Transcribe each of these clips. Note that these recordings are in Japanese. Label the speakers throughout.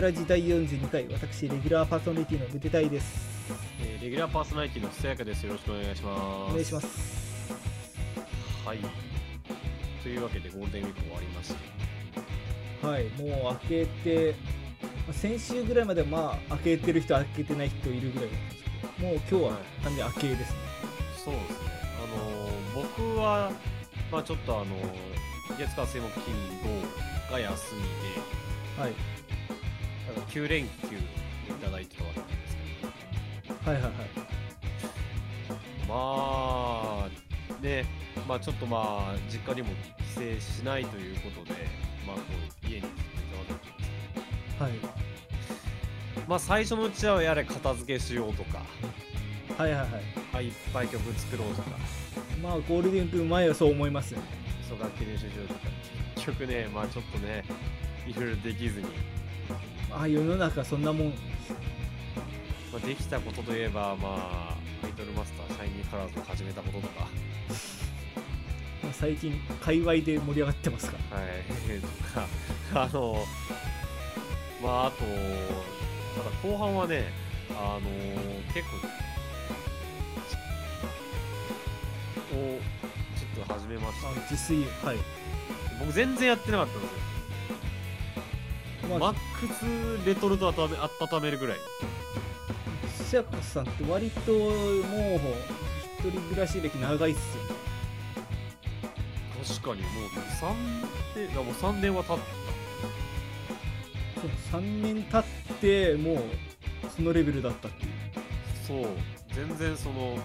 Speaker 1: ラジ第42回、私、レギュラーパーソナリティのブテタイです。
Speaker 2: えーレギュラーパーソナリティのふさやかです。よろしくお願いします。。
Speaker 1: お願いしますす。
Speaker 2: はい。というわけで、ゴールデンウィーク終わりまして、
Speaker 1: はい、もう開けて、まあ先週ぐらいまではまあ、開けてる人、開けてない人いるぐらいだったんですけど、もう今日は完全に開けですね。
Speaker 2: そうですね。あのー僕は、まあちょっとあのー月火水木金土が休み
Speaker 1: はい、
Speaker 2: で、なんか9連休いただいてたわけなんですけ
Speaker 1: はいはいはい。
Speaker 2: ど、まあ、ね、まあちょっとまあ、実家にも帰省しないということで、まあこう、家にずっといたわけなんですけ
Speaker 1: はい、
Speaker 2: ど、まあ最初のうちはやれ片付けしようとか、
Speaker 1: はいはいは
Speaker 2: あいっぱい曲作ろうとか、
Speaker 1: い。まあ、ゴールデンウィーク前はそう思いますよね。
Speaker 2: そう楽器練習しようとか、結局ね、まあちょっとね、いろいろできずに、
Speaker 1: ああ、世の中そんなもん。
Speaker 2: まあ、できたことといえば、まあ、アイドルマスター、シャイニーカラーズを始めたこととか、は
Speaker 1: まあ最近、界隈で盛り上がってますから。
Speaker 2: い、とか、あの、まああと、ただ後半はね、あの、結構、をちょっと始めました
Speaker 1: あ。自炊、はい。
Speaker 2: 僕全然やってなかったんですよ。
Speaker 1: ま
Speaker 2: マ
Speaker 1: あ、
Speaker 2: ックスレトルト温め温めるぐらい。
Speaker 1: シャカさんって割ともう一人暮らし歴長いっすよね
Speaker 2: 確かにもう3年いやもう3年は経っ
Speaker 1: そう3年経ってもうそのレベルだったっていう
Speaker 2: そう全然その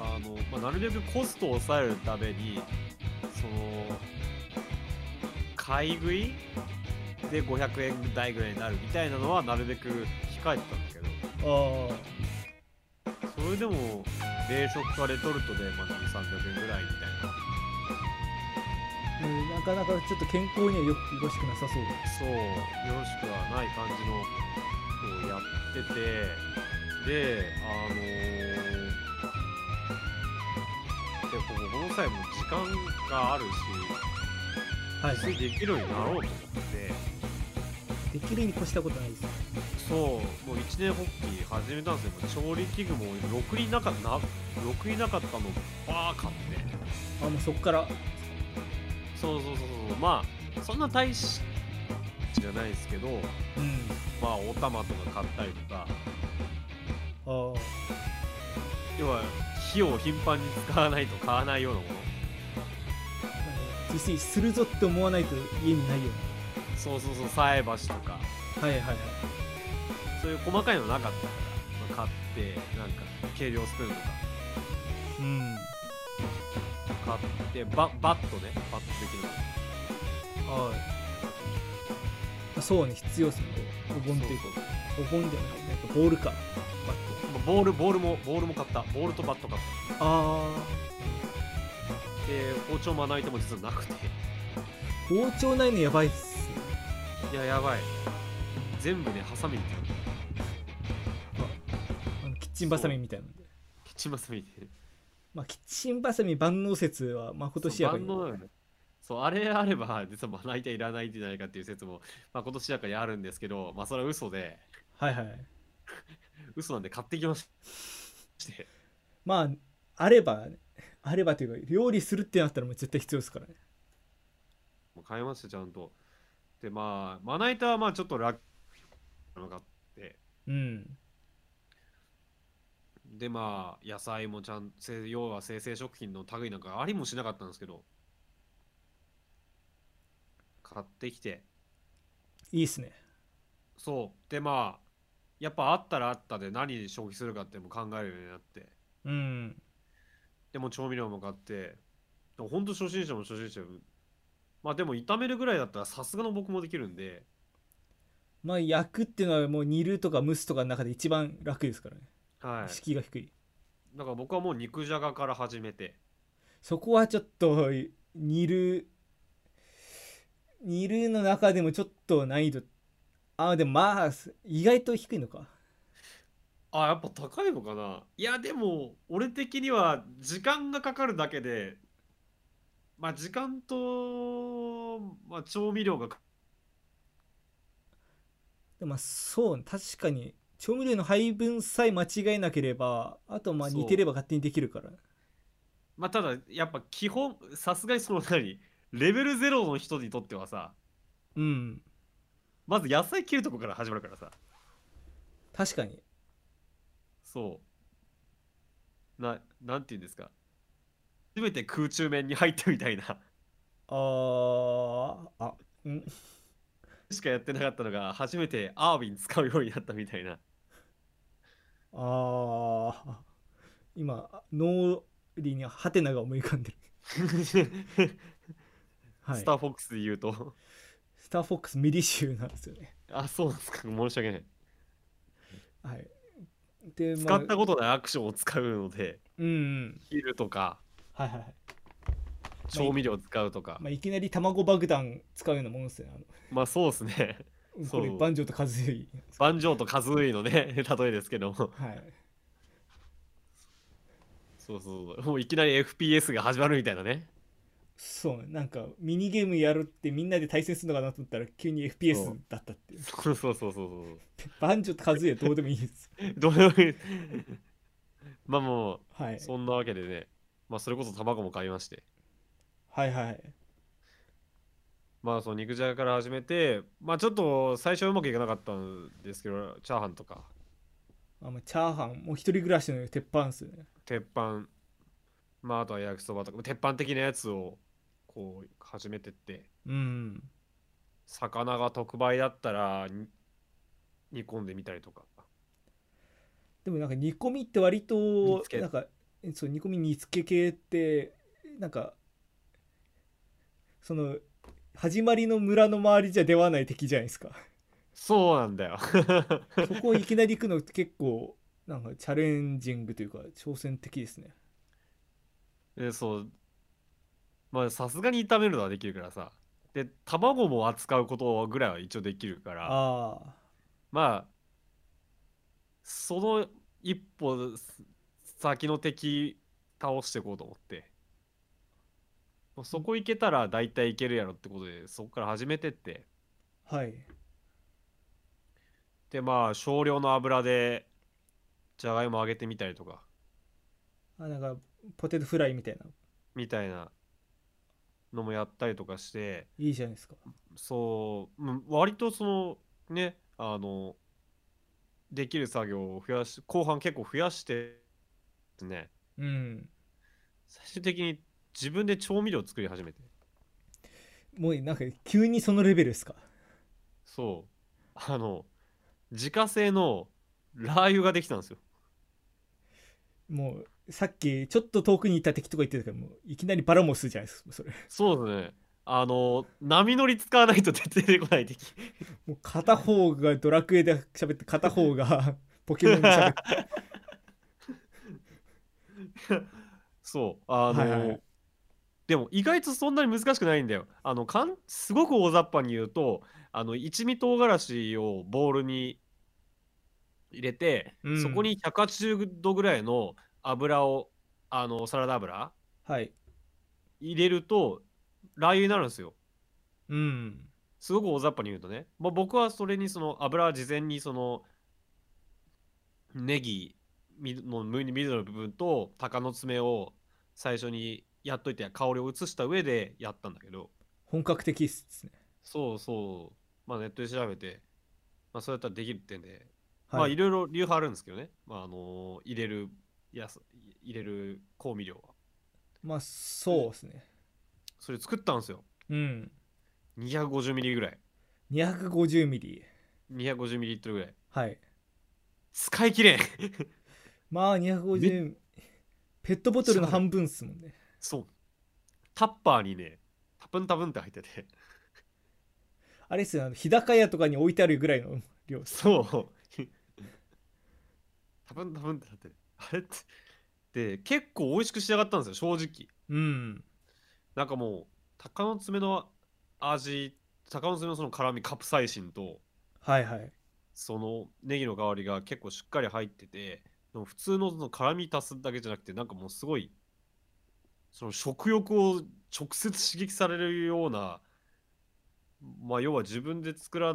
Speaker 2: あの、まあ、なるべくコストを抑えるためにその買い食いで500円台ぐらいになるみたいなのはなるべく控えてたんだけど
Speaker 1: あ
Speaker 2: それでも冷食かレトルトで、まあ、300円ぐらいみたいな
Speaker 1: あ、うんなかなかちょっと健康にはよくよろしくなさそう
Speaker 2: そう、よろしくはない感じのことをやってて、で、あのーで、こここの際も時間があるし、
Speaker 1: だは
Speaker 2: 自炊できるようになろうと思って、
Speaker 1: できるに越したことないです
Speaker 2: そう、もう一年発起始めたんですよ。もう調理器具もろくになかった、なろくになかったのをバー買って。
Speaker 1: あもうそっから
Speaker 2: そうそうそうそう、まあ、そんな大しじゃないですけど、
Speaker 1: うん
Speaker 2: まあ、お玉とか買ったりとか、
Speaker 1: あ
Speaker 2: 要は火を頻繁に使わないと買わないようなもの
Speaker 1: あ自炊するぞって思わないと家にないよね
Speaker 2: そうそうそう菜箸とか
Speaker 1: はいはいはい
Speaker 2: そういう細かいのなかったから、まあ買ってなんか計量スプーンと
Speaker 1: うん
Speaker 2: か買ってババットねバット的な
Speaker 1: はいそうね必要っすねお盆というか
Speaker 2: そうそう
Speaker 1: お盆じゃなくてなんかボールかバット
Speaker 2: まあボールボールもボールも買ったボールとバット買っ
Speaker 1: ああ
Speaker 2: たで包丁まな板も実はなくて
Speaker 1: 包丁ないのやばいっすね
Speaker 2: いややばい全部ねハサミみたいな
Speaker 1: あのキッチンバサミみたいなので
Speaker 2: キッチンバサミで
Speaker 1: まあキッチンバサミ万能説はまあ今年やばい
Speaker 2: 万能なのよそうあれあれば実はまな板いらないんじゃないかっていう説も、まあ、今年やからにあるんですけどまあそれは嘘で
Speaker 1: はいはい
Speaker 2: 嘘なんで買ってきまして
Speaker 1: まああればあればというか料理するってなったらもう絶対必要ですからね
Speaker 2: もう買いましたちゃんとでまあまな板はまあちょっと楽なのかって
Speaker 1: うん
Speaker 2: でまあ野菜もちゃんせ要は生鮮食品の類なんかありもしなかったんですけど買ってきて
Speaker 1: いいっすね
Speaker 2: そうでまあやっぱあったらあったで何消費するかっても考えるようになって
Speaker 1: うん
Speaker 2: でも調味料も買ってでもほんと初心者も初心者もまあでも炒めるぐらいだったらさすがの僕もできるんで
Speaker 1: まあ焼くっていうのはもう煮るとか蒸すとかの中で一番楽ですからね、
Speaker 2: はい
Speaker 1: 敷居が低い
Speaker 2: だから僕はもう肉じゃがから始めて
Speaker 1: そこはちょっと煮る煮るの中でもちょっと難易度ああでもまあ意外と低いのか
Speaker 2: あやっぱ高いのかないやでも俺的には時間がかかるだけでまあ時間と、まあ、調味料がか
Speaker 1: でもまあそう確かに調味料の配分さえ間違えなければあとまあ
Speaker 2: そう
Speaker 1: 似てれば勝手にできるから
Speaker 2: まあただやっぱ基本さすがにその何レベルゼロの人にとってはさ
Speaker 1: うん
Speaker 2: まず野菜切るとこから始まるからさ
Speaker 1: 確かに
Speaker 2: そうななんて言うんですか初めて空中面に入ったみたいな
Speaker 1: あーあうん
Speaker 2: しかやってなかったのが初めてアーウィン使うようになったみたいな
Speaker 1: ああ今脳裏にハテナが思い浮かんでる、はい、
Speaker 2: ス
Speaker 1: ス
Speaker 2: タ
Speaker 1: タ
Speaker 2: ーフォックスで言うと
Speaker 1: ーフォックスミリシューなんですよね
Speaker 2: あそうなんですか申し訳ない
Speaker 1: はいでま
Speaker 2: 使
Speaker 1: あ
Speaker 2: ったことないアクションを使うので
Speaker 1: うんうん
Speaker 2: 切るとか
Speaker 1: はいはいはい、
Speaker 2: 調味料を使うとか
Speaker 1: まあ、いきなり卵爆弾使うようなものですよねあの
Speaker 2: まあそうです ね
Speaker 1: うん
Speaker 2: そう
Speaker 1: これバンジョーとカズイ
Speaker 2: 万丈とカズーイのね例えですけども
Speaker 1: はい
Speaker 2: そうそうそうもういきなり FPS が始まるみたいなね
Speaker 1: そうなんかミニゲームやるってみんなで対戦するのかなと思ったら急に FPS
Speaker 2: そう
Speaker 1: だったっていう
Speaker 2: そうそうそうそうそう
Speaker 1: バンジョーとカズイはどうでもいいです
Speaker 2: どれもいい まあもう
Speaker 1: はい
Speaker 2: そんなわけでね、まあ、それこそ卵も買いまして、
Speaker 1: はいはい
Speaker 2: まあ、その肉じゃがから始めて、まあ、ちょっと最初はうまくいかなかったんですけど、チャーハンとか、
Speaker 1: あまあチャーハンもう一人暮らしの鉄板っすよね
Speaker 2: 鉄板、まあ、あとは焼きそばとか、鉄板的なやつをこう始めてって、
Speaker 1: うん
Speaker 2: 魚が特売だったらに煮込んでみたりとか、
Speaker 1: でもなんか煮込みって割
Speaker 2: 煮
Speaker 1: と
Speaker 2: 付け
Speaker 1: なんかそう煮込み煮付け系ってなんかその始まりの村の周りじゃ出会わない敵じゃないですか
Speaker 2: そうなんだよ。
Speaker 1: そこをいきなり行くのって結構なんかチャレンジングというか挑戦的ですね
Speaker 2: でそう、まあ、さすがに炒めるのはできるからさ、で、卵も扱うことぐらいは一応できるから。
Speaker 1: ああ
Speaker 2: まあその一歩先の敵倒していこうと思って、まあそこ行けたら大体いけるやろってことでそこから始めてって
Speaker 1: はい
Speaker 2: でまあ少量の油でじゃがいも揚げてみたりとか
Speaker 1: あなんかポテトフライみたいな
Speaker 2: みたいなのもやったりとかして
Speaker 1: いいじゃないですか
Speaker 2: そううん割とそのねあのできる作業を増やし後半結構増やしてね
Speaker 1: うん
Speaker 2: 最終的に自分で調味料作り始めて
Speaker 1: もうなんか急にそのレベルですか
Speaker 2: そうあの自家製のラー油ができたんですよ
Speaker 1: もうさっきちょっと遠くにいた敵とか言ってたけどもういきなりバラモスじゃないですかそれ
Speaker 2: そうですねあの波乗り使わないと出てこない敵
Speaker 1: もう片方がドラクエで喋って片方が ポケモンで喋って
Speaker 2: そうあの、
Speaker 1: はいはいはい
Speaker 2: でも意外とそんなに難しくないんだよあのかんすごく大雑把に言うとあの一味唐辛子をボウルに入れて、
Speaker 1: うん
Speaker 2: そこに180度ぐらいの油をあのサラダ油
Speaker 1: はい
Speaker 2: 入れるとラー油になるんですよ
Speaker 1: うん
Speaker 2: すごく大雑把に言うとね、まあ、僕はそれにその油は事前にそのネギみの緑の部分と鷹の爪を最初にやっといて香りを移した上でやったんだけど
Speaker 1: 本格的っすね
Speaker 2: そうそうまあネットで調べて、まあ、そうやったらできるってんで、まあ
Speaker 1: はいい
Speaker 2: ろいろ理由派あるんですけどね、まああの入れるやす入れる香味料は
Speaker 1: まあそうですね
Speaker 2: それ作ったんですよ
Speaker 1: うん
Speaker 2: 250ミリぐらい
Speaker 1: 250ミリ
Speaker 2: 250ミリリットルぐらい
Speaker 1: はい
Speaker 2: 使い切れん
Speaker 1: まあ250ペットボトルの半分っすもんね
Speaker 2: そう。タッパーにね、タプンタプンって入ってて。
Speaker 1: あれっすよあの日高屋とかに置いてあるぐらいの量っす
Speaker 2: そう。タプンタプンってなってる。あれって。で、結構美味しく仕上がったんですよ、正直。
Speaker 1: うん
Speaker 2: なんかもう、鷹の爪の味、鷹の爪のその辛み、カプサイシンと、
Speaker 1: はいはい
Speaker 2: そのネギの香りが結構しっかり入ってて、でも普通のその辛み足すだけじゃなくて、なんかもうすごい、その食欲を直接刺激されるような、まあ要は自分で作ら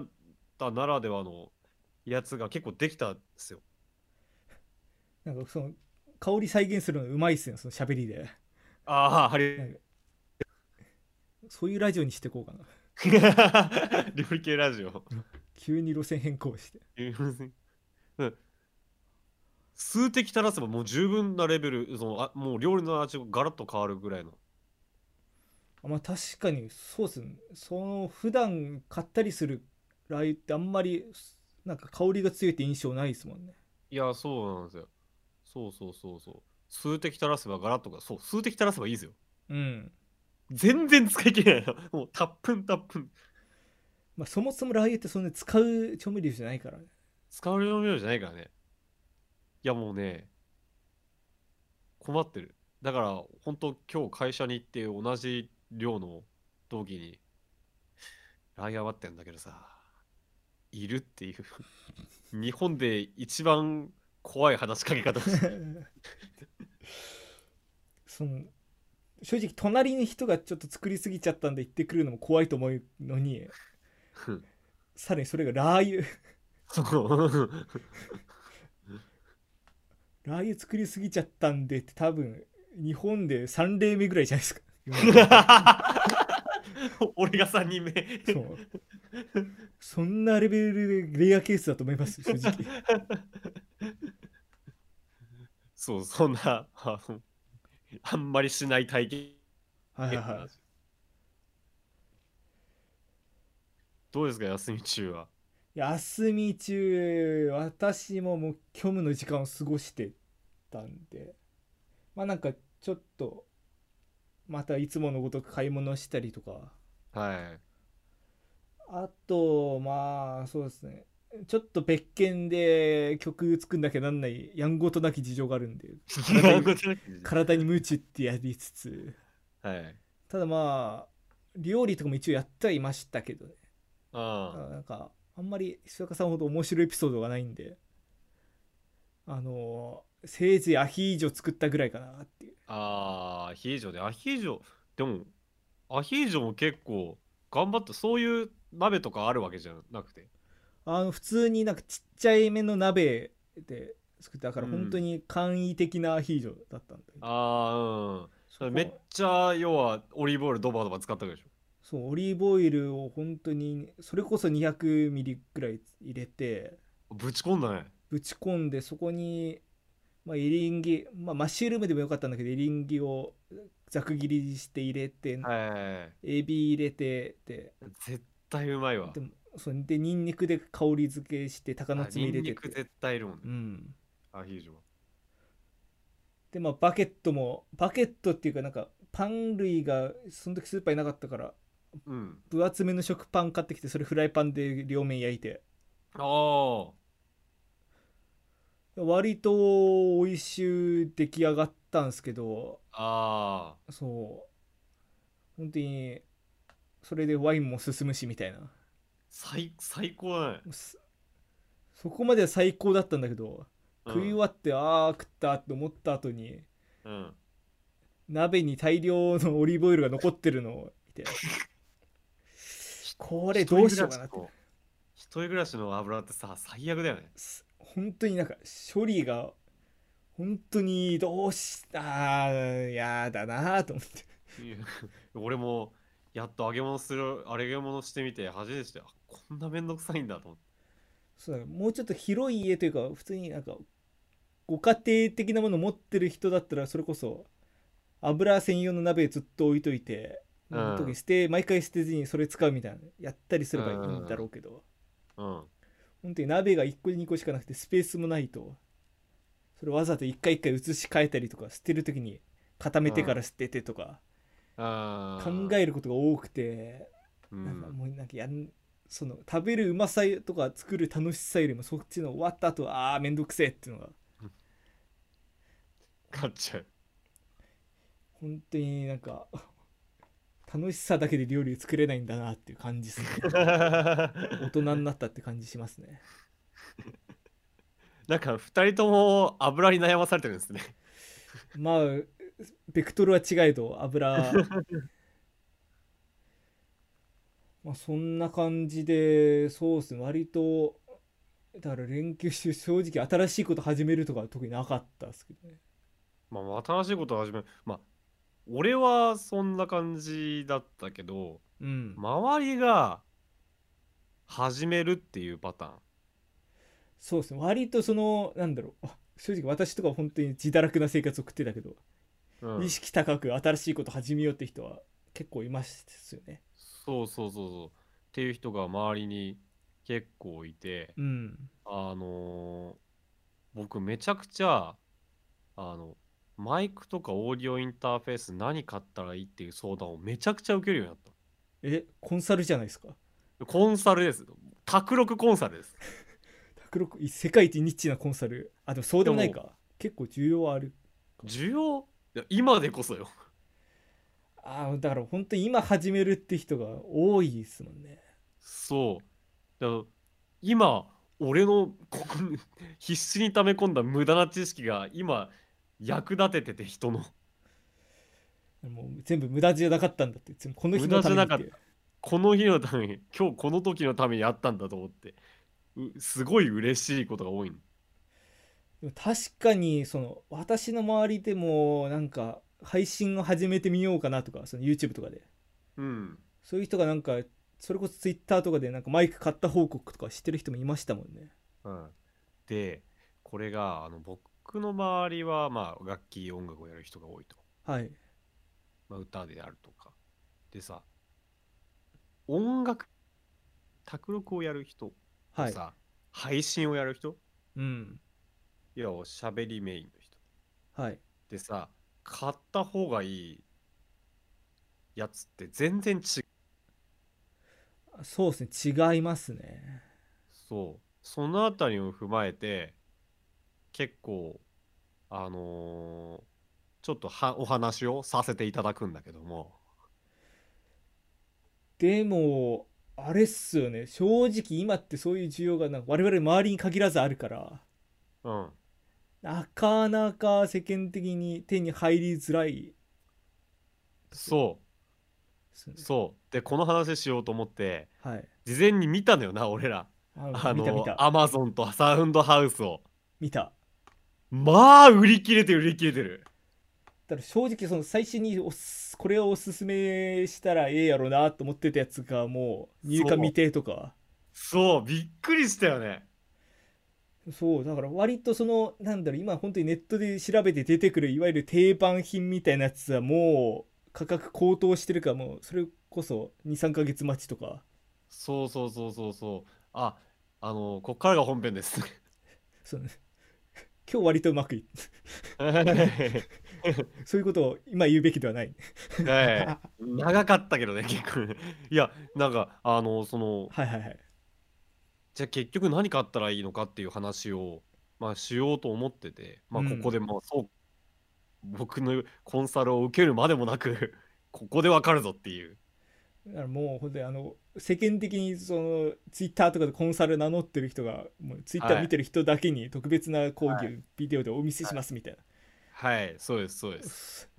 Speaker 2: タならではのやつが結構できたんですよ
Speaker 1: なんかその香り再現するのうまいっすよその喋りで
Speaker 2: あああ
Speaker 1: な
Speaker 2: れ
Speaker 1: んかそういうラジオにしていこうかな
Speaker 2: 料理系ラジオ
Speaker 1: 急に路線変更して
Speaker 2: うん数的足らせばもう十分なレベルそのあもう料理の味がガラッと変わるぐらいの
Speaker 1: あまあ確かにそうっすねその普段買ったりするラー油ってあんまりなんか香りが強いって印象ないですもんね
Speaker 2: いやそうなんですよそうそうそうそう数的足らせばガラッとかそう数的足らせばいいですよ
Speaker 1: うん
Speaker 2: 全然使い切れないのもう たっぷんたっぷん
Speaker 1: まあそもそもラー油ってそんな使う調味料じゃないからね
Speaker 2: 使われる量じゃないからねいやもうね困ってるだから本当今日会社に行って同じ量の同期に「ライアー待ってんだけどさいる?」っていう日本で一番怖い話しかけ方して
Speaker 1: その正直隣の人がちょっと作りすぎちゃったんで行ってくるのも怖いと思うのに
Speaker 2: うん
Speaker 1: さらにそれがラー油
Speaker 2: そう
Speaker 1: ラー油作りすぎちゃったんでって多分日本で3例目ぐらいじゃないですか
Speaker 2: 俺が3人目
Speaker 1: そうそんなレベルでレアケースだと思います正直
Speaker 2: そうそんなあのあんまりしない体験
Speaker 1: はいはいはい
Speaker 2: どうですか休み中は
Speaker 1: 休み中私ももう虚無の時間を過ごしてたんでまあなんかちょっとまたいつものごとく買い物したりとか
Speaker 2: はい
Speaker 1: あとまあそうですねちょっと別件で曲作んなきゃなんないやんごとなき事情があるんで体に体にムチってやりつつ
Speaker 2: はい
Speaker 1: ただまあ料理とかも一応やってはいましたけどね
Speaker 2: ああ
Speaker 1: なんかあんまり石坂さんほど面白いエピソードがないんであのせいぜいアヒージョ作ったぐらいかなっていう
Speaker 2: あーアヒージョねアヒージョでもアヒージョも結構頑張ってそういう鍋とかあるわけじゃなくて
Speaker 1: あの普通になんかちっちゃいめの鍋で作っただから
Speaker 2: うん
Speaker 1: 本当に簡易的なアヒージョだったんだけど、
Speaker 2: ああ
Speaker 1: そ
Speaker 2: うん
Speaker 1: こ
Speaker 2: めっちゃ要はオリーブオイルドバドバ使ったわけでしょ
Speaker 1: そうオリーブオイルを本当にそれこそ200ミリぐらい入れて
Speaker 2: ぶち込んだね
Speaker 1: ぶち込んでそこに、まあ、エリンギ、まあ、マッシュルームでもよかったんだけどエリンギをざく切りして入れて、
Speaker 2: はい
Speaker 1: エビ入れてで
Speaker 2: 絶対うまいわ
Speaker 1: でもそうでニンニクで香り付けして鷹の
Speaker 2: あ
Speaker 1: 爪
Speaker 2: ニ
Speaker 1: 入れ
Speaker 2: ン
Speaker 1: て
Speaker 2: ニ
Speaker 1: っ
Speaker 2: ク
Speaker 1: て、
Speaker 2: 絶対いるもんね
Speaker 1: うん、
Speaker 2: アヒージョは
Speaker 1: でまあバケットもバケットっていうかなんかパン類がその時スーパーになかったから
Speaker 2: うん
Speaker 1: 分厚めの食パン買ってきてそれフライパンで両面焼いて
Speaker 2: ああ
Speaker 1: 割と美味しい出来上がったんですけど
Speaker 2: あ
Speaker 1: そう本当にそれでワインも進むしみたいなも
Speaker 2: ー最最高だね
Speaker 1: うすそこまでは最高だったんだけど食い終わって、ああ食ったと思った後に
Speaker 2: うんうん
Speaker 1: 鍋に大量のオリーブオイルが残ってるのを見 てこれどうしようかなって
Speaker 2: 一人暮らしの油ってさ最悪だよね
Speaker 1: す本当になんか処理が本当にどうしたやだなと思って
Speaker 2: 俺もやっと揚げ物する揚げ物してみて初めてしてあこんなめんどくさいんだと思って
Speaker 1: そうだねもうちょっと広い家というか普通になんかご家庭的なもの持ってる人だったらそれこそ油専用の鍋ずっと置いといて、
Speaker 2: うん
Speaker 1: 特に捨て毎回捨てずにそれ使うみたいなやったりすればいいんだろうけど、
Speaker 2: うん
Speaker 1: 本当に鍋が1個2個しかなくてスペースもないとそれわざと1回1回移し替えたりとか捨てる時に固めてから捨ててとか
Speaker 2: あ
Speaker 1: 考
Speaker 2: ー、
Speaker 1: えることが多くて
Speaker 2: う
Speaker 1: なんか
Speaker 2: ん、
Speaker 1: もうなんかやんその食べるうまさとか作る楽しさよりもそっちの終わった後ああめんどくせえっていうのが
Speaker 2: 買っちゃう
Speaker 1: 本当になんか楽しさだけで料理作れないんだなっていう感じですね大人になったって感じしますね
Speaker 2: なんか二人とも油に悩まされてるんですね
Speaker 1: まあベクトルは違えど油まあ、そんな感じでそうですね割とだから連休して正直新しいこと始めるとかは特になかったですけどね
Speaker 2: まあ、新しいことを始めまあ俺はそんな感じだったけど
Speaker 1: うん、
Speaker 2: 周りが始めるっていうパターン
Speaker 1: そうですね割とそのなんだろうあ正直私とかは本当に自堕落な生活を送ってたけど、
Speaker 2: うん
Speaker 1: 意識高く新しいこと始めようって人は結構いますよね
Speaker 2: そうそうそうそうっていう人が周りに結構いて
Speaker 1: うん
Speaker 2: あのー僕めちゃくちゃあのマイクとかオーディオインターフェース何買ったらいいっていう相談をめちゃくちゃ受けるようになっ
Speaker 1: えコンサルじゃないですか
Speaker 2: たコンサルです卓録コンサルです
Speaker 1: 卓六い世界一ニッチなコンサルあでもそうでもないか結構需要はある
Speaker 2: 需要いや今でこそよ
Speaker 1: あーだから本当に今始めるって人が多いですもんね
Speaker 2: そうだから今俺のここ必死に溜め込んだ無駄な知識が今役立ててて人の
Speaker 1: もう全部無駄じゃなかったんだって全部この人
Speaker 2: 無
Speaker 1: の
Speaker 2: 駄じ
Speaker 1: た
Speaker 2: ゃ
Speaker 1: めに
Speaker 2: な
Speaker 1: っ
Speaker 2: かってこの日のために今日この時のためにやったんだと思ってうすごい嬉しいことが多いの
Speaker 1: でも確かにその私の周りでもなんか配信を始めてみようかなとかその YouTube とかで
Speaker 2: うん
Speaker 1: そういう人がなんかそれこそ Twitter とかでなんかマイク買った報告とかしてる人もいましたもんね
Speaker 2: うん、でこれがあの僕の周りは、まあ、楽器音楽をやる人が多いと、
Speaker 1: はい
Speaker 2: まあ、歌であるとかでさ音楽卓録をやる人と
Speaker 1: はい
Speaker 2: さ、配信をやる人
Speaker 1: うん
Speaker 2: いやおしゃべりメインの人
Speaker 1: はい
Speaker 2: でさ買った方がいいやつって全然違う
Speaker 1: そうですね違いますね
Speaker 2: そうそのあたりを踏まえて結構あのーちょっとはお話をさせていただくんだけども
Speaker 1: でもあれっすよね正直今ってそういう需要がなんか我々周りに限らずあるから
Speaker 2: うん
Speaker 1: なかなか世間的に手に入りづらい
Speaker 2: そ
Speaker 1: です
Speaker 2: う
Speaker 1: よね
Speaker 2: そうでこの話しようと思って
Speaker 1: はい
Speaker 2: 事前に見たのよな俺ら
Speaker 1: あ
Speaker 2: あ
Speaker 1: 見た見
Speaker 2: の
Speaker 1: た
Speaker 2: アマゾンとサウンドハウスを
Speaker 1: 見た
Speaker 2: まあ売り切れてる売り切れてる
Speaker 1: だから正直その最初におすこれをおすすめしたらええやろなと思ってたやつがもう入荷未定とか
Speaker 2: そうびっくりしたよね
Speaker 1: そうだから割とそのなんだろう今本当にネットで調べて出てくるいわゆる定番品みたいなやつはもう価格高騰してるからもうそれこそ23ヶ月待ちとか
Speaker 2: そうそうそうそうそうああのこっからが本編 です
Speaker 1: その 今日割とうまくいっ
Speaker 2: はい
Speaker 1: そういうことを今言うべきではない
Speaker 2: はい長かったけどね結構ねいやなんかあのその
Speaker 1: はいはいはい
Speaker 2: じゃあ結局何買ったらいいのかっていう話を、まあ、しようと思ってて、まあ、
Speaker 1: う
Speaker 2: こ
Speaker 1: ん
Speaker 2: こでまあそう僕のコンサルを受けるまでもなくここでわかるぞっていう
Speaker 1: だからもう本当にあの世間的にそのツイッターとかでコンサル名乗ってる人がもうツイッター見てる人だけに特別な講義をビデオでお見せしますみたいな、
Speaker 2: はいそうですそうです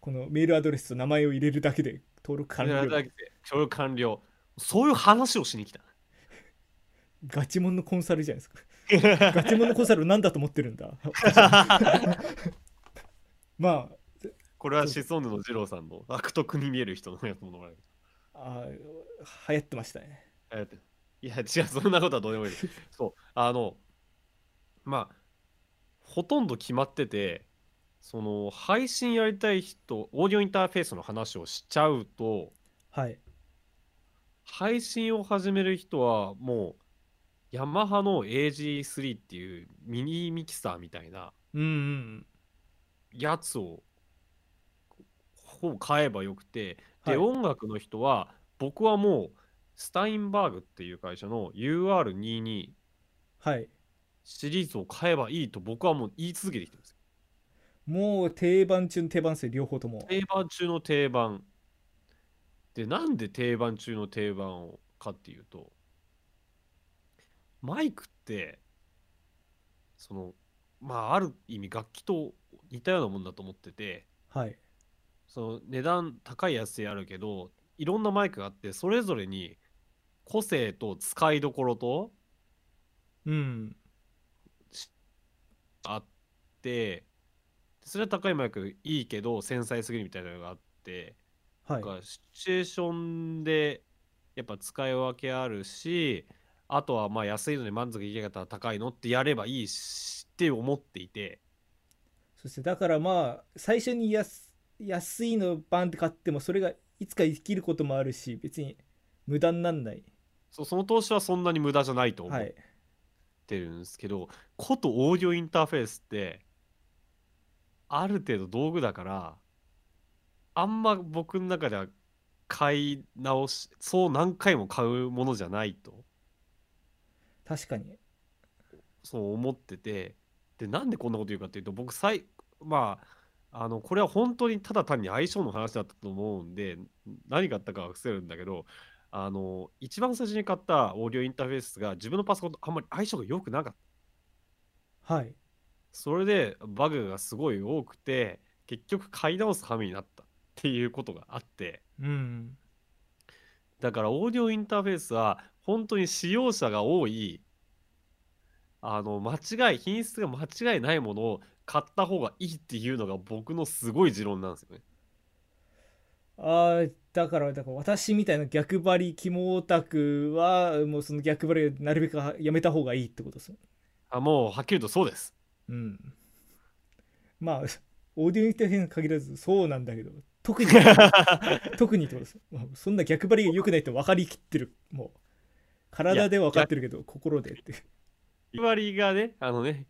Speaker 1: このメールアドレスと名前を入れるだけで登録完
Speaker 2: それだけ
Speaker 1: 了
Speaker 2: で協力完了そういう話をしに来た
Speaker 1: ガチモンのコンサルじゃないですか ガチモンのコンサルなんだと思ってるんだ まあ
Speaker 2: これはシソンヌの二郎さんの悪徳に見える人のやつものまれる
Speaker 1: あー流行ってましたね
Speaker 2: あやっていや違うそんなことはどうでもいい ですそうあのまあほとんど決まっててその配信やりたい人オーディオインターフェースの話をしちゃうと
Speaker 1: はい
Speaker 2: 配信を始める人はもうヤマハの AG3 っていうミニミキサーみたいな
Speaker 1: うんうん
Speaker 2: やつをほぼ買えばよくてで、
Speaker 1: はい
Speaker 2: 音楽の人は僕はもうスタインバーグっていう会社の UR22
Speaker 1: はい
Speaker 2: シリーズを買えばいいと僕はもう言い続けてきてますよ。
Speaker 1: もう定番中の定番ですよ両方とも
Speaker 2: 定番中の定番。で、なんで定番中の定番をかっていうと、マイクって、その、まあ、ある意味楽器と似たようなもんだと思ってて、
Speaker 1: はい
Speaker 2: その値段高いやつであるけど、いろんなマイクがあって、それぞれに個性と使いどころと
Speaker 1: うん
Speaker 2: あってそれは高いマイクいいけど繊細すぎるみたいなのがあって、
Speaker 1: はい
Speaker 2: なんかシチュエーションでやっぱ使い分けあるしあとはまあ安いのに満足いけなかったら高いのってやればいいしって思っていて
Speaker 1: そしてだからまあ最初に安安いのバンって買ってもそれがいつか生きることもあるし別に無駄になんない
Speaker 2: そその投資はそんなに無駄じゃないと思
Speaker 1: は
Speaker 2: っ
Speaker 1: い
Speaker 2: てるんですけど、ことオーディオインターフェースってある程度道具だからあんま僕の中では買い直しそう何回も買うものじゃないと
Speaker 1: 確かに
Speaker 2: そう思っててでなんでこんなこと言うかっていうと僕最まああのこれは本当にただ単に相性の話だったと思うんで何があったかは伏せるんだけどあの一番最初に買ったオーディオインターフェースが自分のパソコンとあんまり相性が良くなかった
Speaker 1: はい
Speaker 2: それでバグがすごい多くて結局買い直す羽目になったっていうことがあって
Speaker 1: うん
Speaker 2: だからオーディオインターフェースは本当に使用者が多いあの間違い品質が間違いないものを買った方がいいっていうのが僕のすごい持論なんですよね。
Speaker 1: ああだからだから私みたいな逆張り肝オタクはもうその逆張りをなるべくはやめた方がいいってことですよ
Speaker 2: あもうはっきりとそうです。
Speaker 1: うんまあオーディオインターフェースに限らずそうなんだけど 特に特にってことですもうそんな逆張りが良くないって分かりきってるもう体では分かってるけど心でって
Speaker 2: 9割がねあのね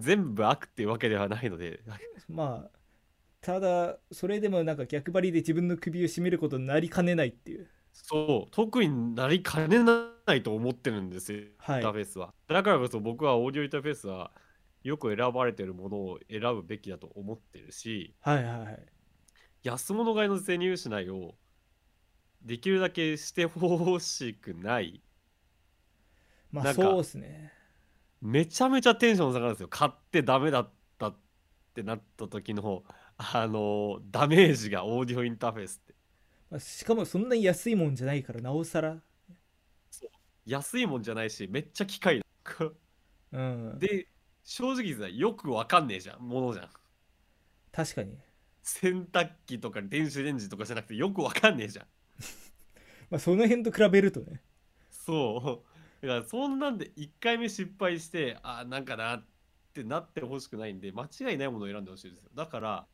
Speaker 2: 全部悪っていうわけではないので
Speaker 1: まあただそれでもなんか逆張りで自分の首を絞めることになりかねないっていう
Speaker 2: そう特になりかねないと思ってるんですよ、
Speaker 1: はい
Speaker 2: インターフェースはだからこそ僕はオーディオインターフェースはよく選ばれてるものを選ぶべきだと思ってるし
Speaker 1: はいはいはい
Speaker 2: 安物買いの税入しないをできるだけしてほしくない
Speaker 1: ま
Speaker 2: な
Speaker 1: あ
Speaker 2: んか
Speaker 1: そうですね
Speaker 2: めちゃめちゃテンション下がるんですよ買ってダメだったってなった時のあのダメージがオーディオインターフェースって
Speaker 1: まあしかもそんなに安いもんじゃないからなおさら
Speaker 2: 安いもんじゃないしめっちゃ機械だ
Speaker 1: うん
Speaker 2: で正直さよくわかんねえじゃんものじゃん
Speaker 1: 確かに
Speaker 2: 洗濯機とか電子レンジとかじゃなくてよくわかんねえじゃん
Speaker 1: まあその辺と比べるとね
Speaker 2: そうだ からそんなんで1回目失敗してあーなんかなってなってほしくないんで間違いないものを選んでほしいですよだから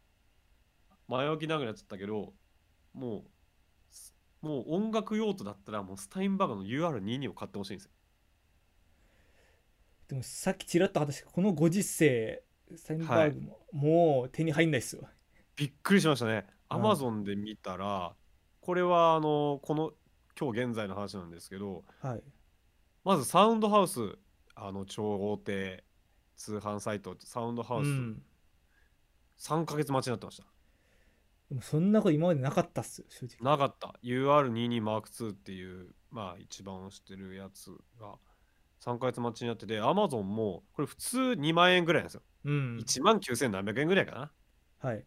Speaker 2: 前置きなくなっちゃったけどもうすもう音楽用途だったらもうスタインバーガーの UR22 を買ってほしいんですよ
Speaker 1: でもさっきちらっと話したこのご時世スタインバーグも、もう手に入んないっすよ
Speaker 2: びっくりしましたね
Speaker 1: う
Speaker 2: ア
Speaker 1: ん
Speaker 2: マゾンで見たらこれはあのこの今日現在の話なんですけど
Speaker 1: はい
Speaker 2: まずサウンドハウスあの超大手通販サイトサウンドハウ
Speaker 1: う
Speaker 2: ス、
Speaker 1: ん
Speaker 2: 3ヶ月待ちになってました
Speaker 1: でもそんなこと今までなかったっすよ正直
Speaker 2: なかった UR22M2 っていうまあ一番知ってるやつが3ヶ月待ちになってて Amazon もこれ普通2万円ぐらいなんですよ
Speaker 1: うん
Speaker 2: 1万9千何百円ぐらいかな
Speaker 1: はい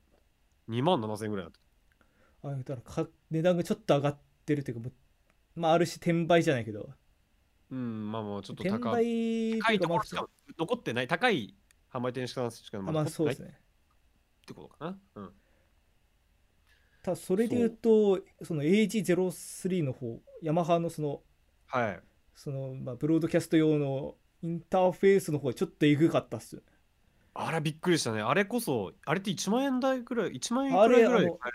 Speaker 2: 2万7千円ぐらいだった
Speaker 1: あだからか値段がちょっと上がってるというかもうまあある種転売じゃないけど
Speaker 2: うんまあまあちょっと
Speaker 1: 転売
Speaker 2: 高
Speaker 1: と
Speaker 2: い
Speaker 1: いう
Speaker 2: 高いと
Speaker 1: か
Speaker 2: こ
Speaker 1: まあ
Speaker 2: ろしか残ってない高い販売店しかしか
Speaker 1: まあ
Speaker 2: 残って
Speaker 1: そう
Speaker 2: な
Speaker 1: で
Speaker 2: いっ
Speaker 1: すね
Speaker 2: てことかなうん
Speaker 1: ただそれで言うとその AG03 の方ヤマハのその
Speaker 2: はい
Speaker 1: その、まあ、ブロードキャスト用のインターフェースの方がちょっとえぐかったっすよね
Speaker 2: あらびっくりしたねあれこそあれって1万円台ぐらい1万円
Speaker 1: あ
Speaker 2: くら
Speaker 1: れ
Speaker 2: いぐらい
Speaker 1: あ
Speaker 2: で
Speaker 1: の
Speaker 2: 買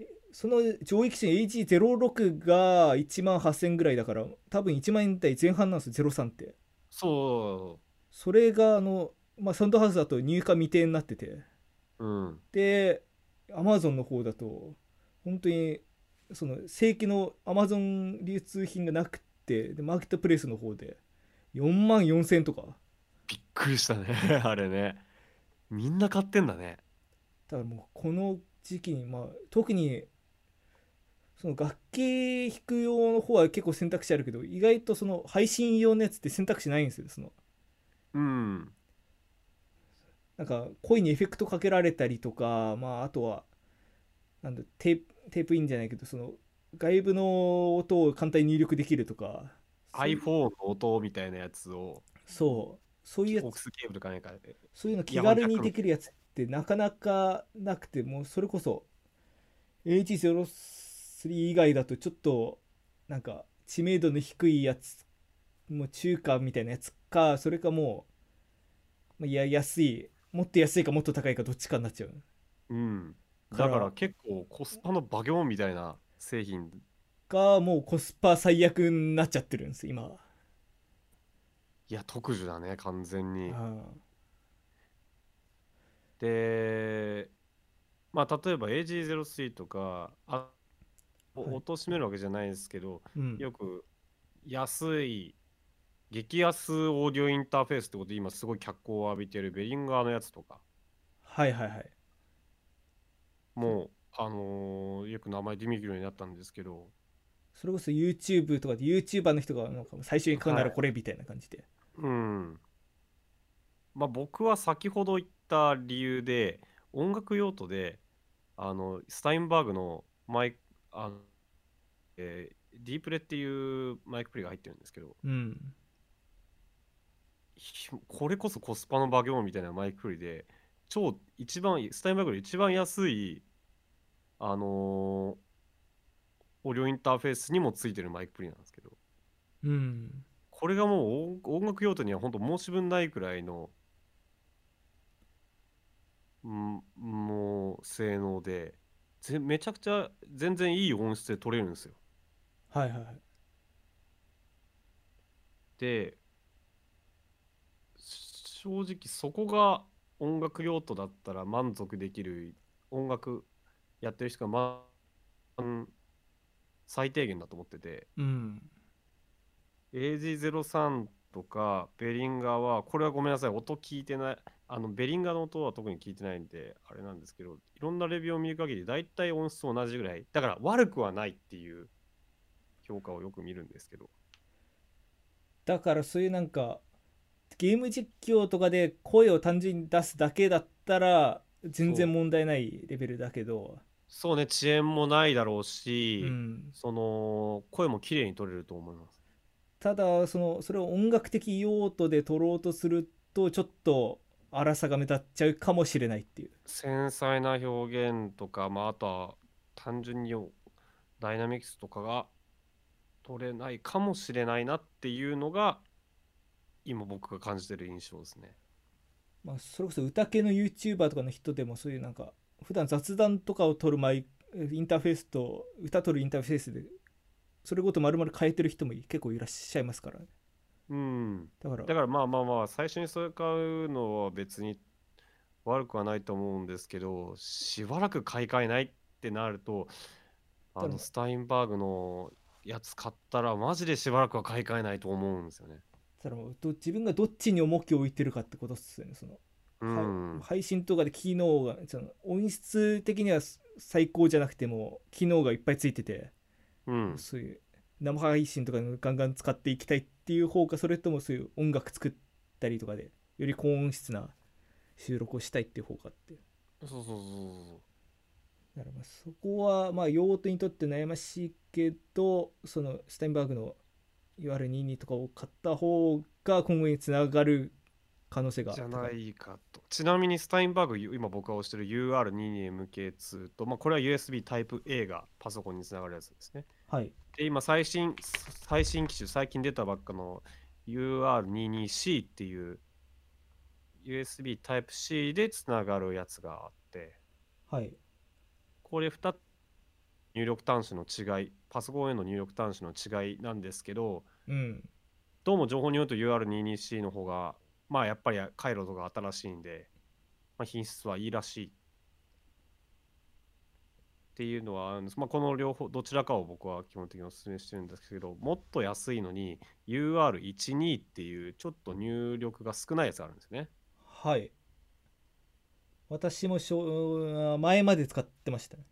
Speaker 2: える
Speaker 1: その上位機種 AG06 が1万8000ぐらいだから多分1万円台前半なんですよ03って
Speaker 2: そ
Speaker 1: それがあの、まあ、サンドハウスだと入荷未定になってて
Speaker 2: う。うん。
Speaker 1: で Amazon の方だと本当にその正規の Amazon 流通品がなくてでマーケットプレイスの方で4万4000とか
Speaker 2: びっくりしたね、 あれね。みんな買ってんだね。
Speaker 1: だからもうこの時期に、まあ、特にその楽器弾く用の方は結構選択肢あるけど意外とその配信用のやつって選択肢ないんですよその
Speaker 2: うん。
Speaker 1: なんか声にエフェクトかけられたりとか、まあ、あとはなんだテープテープインじゃないけどその外部の音を簡単に入力できるとかそう
Speaker 2: iPhone の音みたいなやつを、
Speaker 1: そうそういうや
Speaker 2: ボッ
Speaker 1: つ
Speaker 2: クスケーブルかなんかで。
Speaker 1: そういうの気軽にできるやつってなかなかなくてもうそれこそ H03 以外だとちょっとなんか知名度の低いやつもう中華みたいなやつかそれかもうまあいや安いもっと安いかもっと高いかどっちかになっちゃう
Speaker 2: うん。
Speaker 1: から
Speaker 2: だから結構コスパのバギョンみたいな製品。
Speaker 1: がもうコスパ最悪になっちゃってるんです今は、
Speaker 2: いや、特需だね、完全
Speaker 1: う
Speaker 2: に。
Speaker 1: ん、
Speaker 2: で、まあ、例えば AG03 とか、あ、
Speaker 1: はい
Speaker 2: お貶めるわけじゃないですけど、
Speaker 1: うん
Speaker 2: よく安い、激安オーディオインターフェースってことで今すごい脚光を浴びてるベリンガーのやつとか、
Speaker 1: はいはいはい
Speaker 2: もう、あのーよく名前で見るようになったんですけど、
Speaker 1: それこそ YouTube とかで YouTuber の人がなんか最初に買うならこれみたいな感じで、
Speaker 2: うん。まあ僕は先ほど言った理由で、音楽用途で、あの、スタインバーグのマイク、あの、えーディープレっていうマイクプレが入ってるんですけど、
Speaker 1: うん
Speaker 2: ひこれこそコスパのバゲモンみたいなマイクプレで、超一番、スタインバーグで一番安い、あのーオーディオインターフェースにもついてるマイクプレなんですけど、
Speaker 1: うん
Speaker 2: これがもう音音楽用途には本当申し分ないくらいの、んもう性能でぜめちゃくちゃ全然いい音質で撮れるんですよ。
Speaker 1: はいはいはい
Speaker 2: で正直そこが音楽用途だったら満足できる音楽やってる人が、ま、うん最低限だと思ってて
Speaker 1: うん、
Speaker 2: AG03 とかベリンガーはこれはごめんなさい音聞いてないあのベリンガーの音は特に聞いてないんであれなんですけどいろんなレビューを見る限り大体音質同じぐらいだから悪くはないっていう評価をよく見るんですけど
Speaker 1: だからそういうなんかゲーム実況とかで声を単純に出すだけだったら全然問題ないレベルだけど、
Speaker 2: そうね遅延もないだろうし、
Speaker 1: うん、
Speaker 2: その声も綺麗に取れると思います
Speaker 1: ただそのそれを音楽的用途で撮ろうとするとちょっと粗さが目立っちゃうかもしれないっていう
Speaker 2: 繊細な表現とか、まあ、あとは単純にダイナミクスとかが取れないかもしれないなっていうのが今僕が感じてる印象ですね。
Speaker 1: まあ、それこそ歌系の YouTuber とかの人でもそういうなんか普段雑談とかを撮るマイインターフェースと歌撮るインターフェースでそれごと丸々変えてる人も結構いらっしゃいますからね
Speaker 2: うん、
Speaker 1: だから
Speaker 2: だからまあまあまあ最初にそれ買うのは別に悪くはないと思うんですけどしばらく買い替えないってなるとあ
Speaker 1: だか
Speaker 2: の
Speaker 1: ら
Speaker 2: スタインバーグのやつ買ったらマジでしばらくは買い替えないと思うんですよね。
Speaker 1: そのど自分がどっちに重きを置いてるかってことっすよねその、
Speaker 2: うん
Speaker 1: は配信とかで機能がその音質的にはす最高じゃなくても機能がいっぱいついてて、
Speaker 2: うん、
Speaker 1: そういう生配信とかのガンガン使っていきたいっていう方かそれともそういう音楽作ったりとかでより高音質な収録をしたいっていう方かって
Speaker 2: そうそうそうそう。
Speaker 1: だからまあそこはまあ用途にとって悩ましいけどそのスタインバーグの UR22 とかを買った方が今後につながる可能性が
Speaker 2: じゃ
Speaker 1: 高
Speaker 2: ないかと。ちなみにスタインバーグ、ゆ今僕が押してる UR22MK2 と、まあ、これは USB Type-A がパソコンにつながるやつですね。
Speaker 1: はい
Speaker 2: で、今最新、最新機種、最近出たばっかの UR22C っていう USB Type-C でつながるやつがあって、
Speaker 1: はい
Speaker 2: これ2つ入力端子の違い、パソコンへの入力端子の違いなんですけど、
Speaker 1: うん
Speaker 2: どうも情報によると UR22C の方が、まあやっぱり回路とか新しいんで、まあ、品質はいいらしいっていうのはあるんです。まあこの両方、どちらかを僕は基本的にお勧めしてるんですけど、もっと安いのに UR12 っていうちょっと入力が少ないやつがあるんですよね。
Speaker 1: はい私もしょ前まで使ってましたね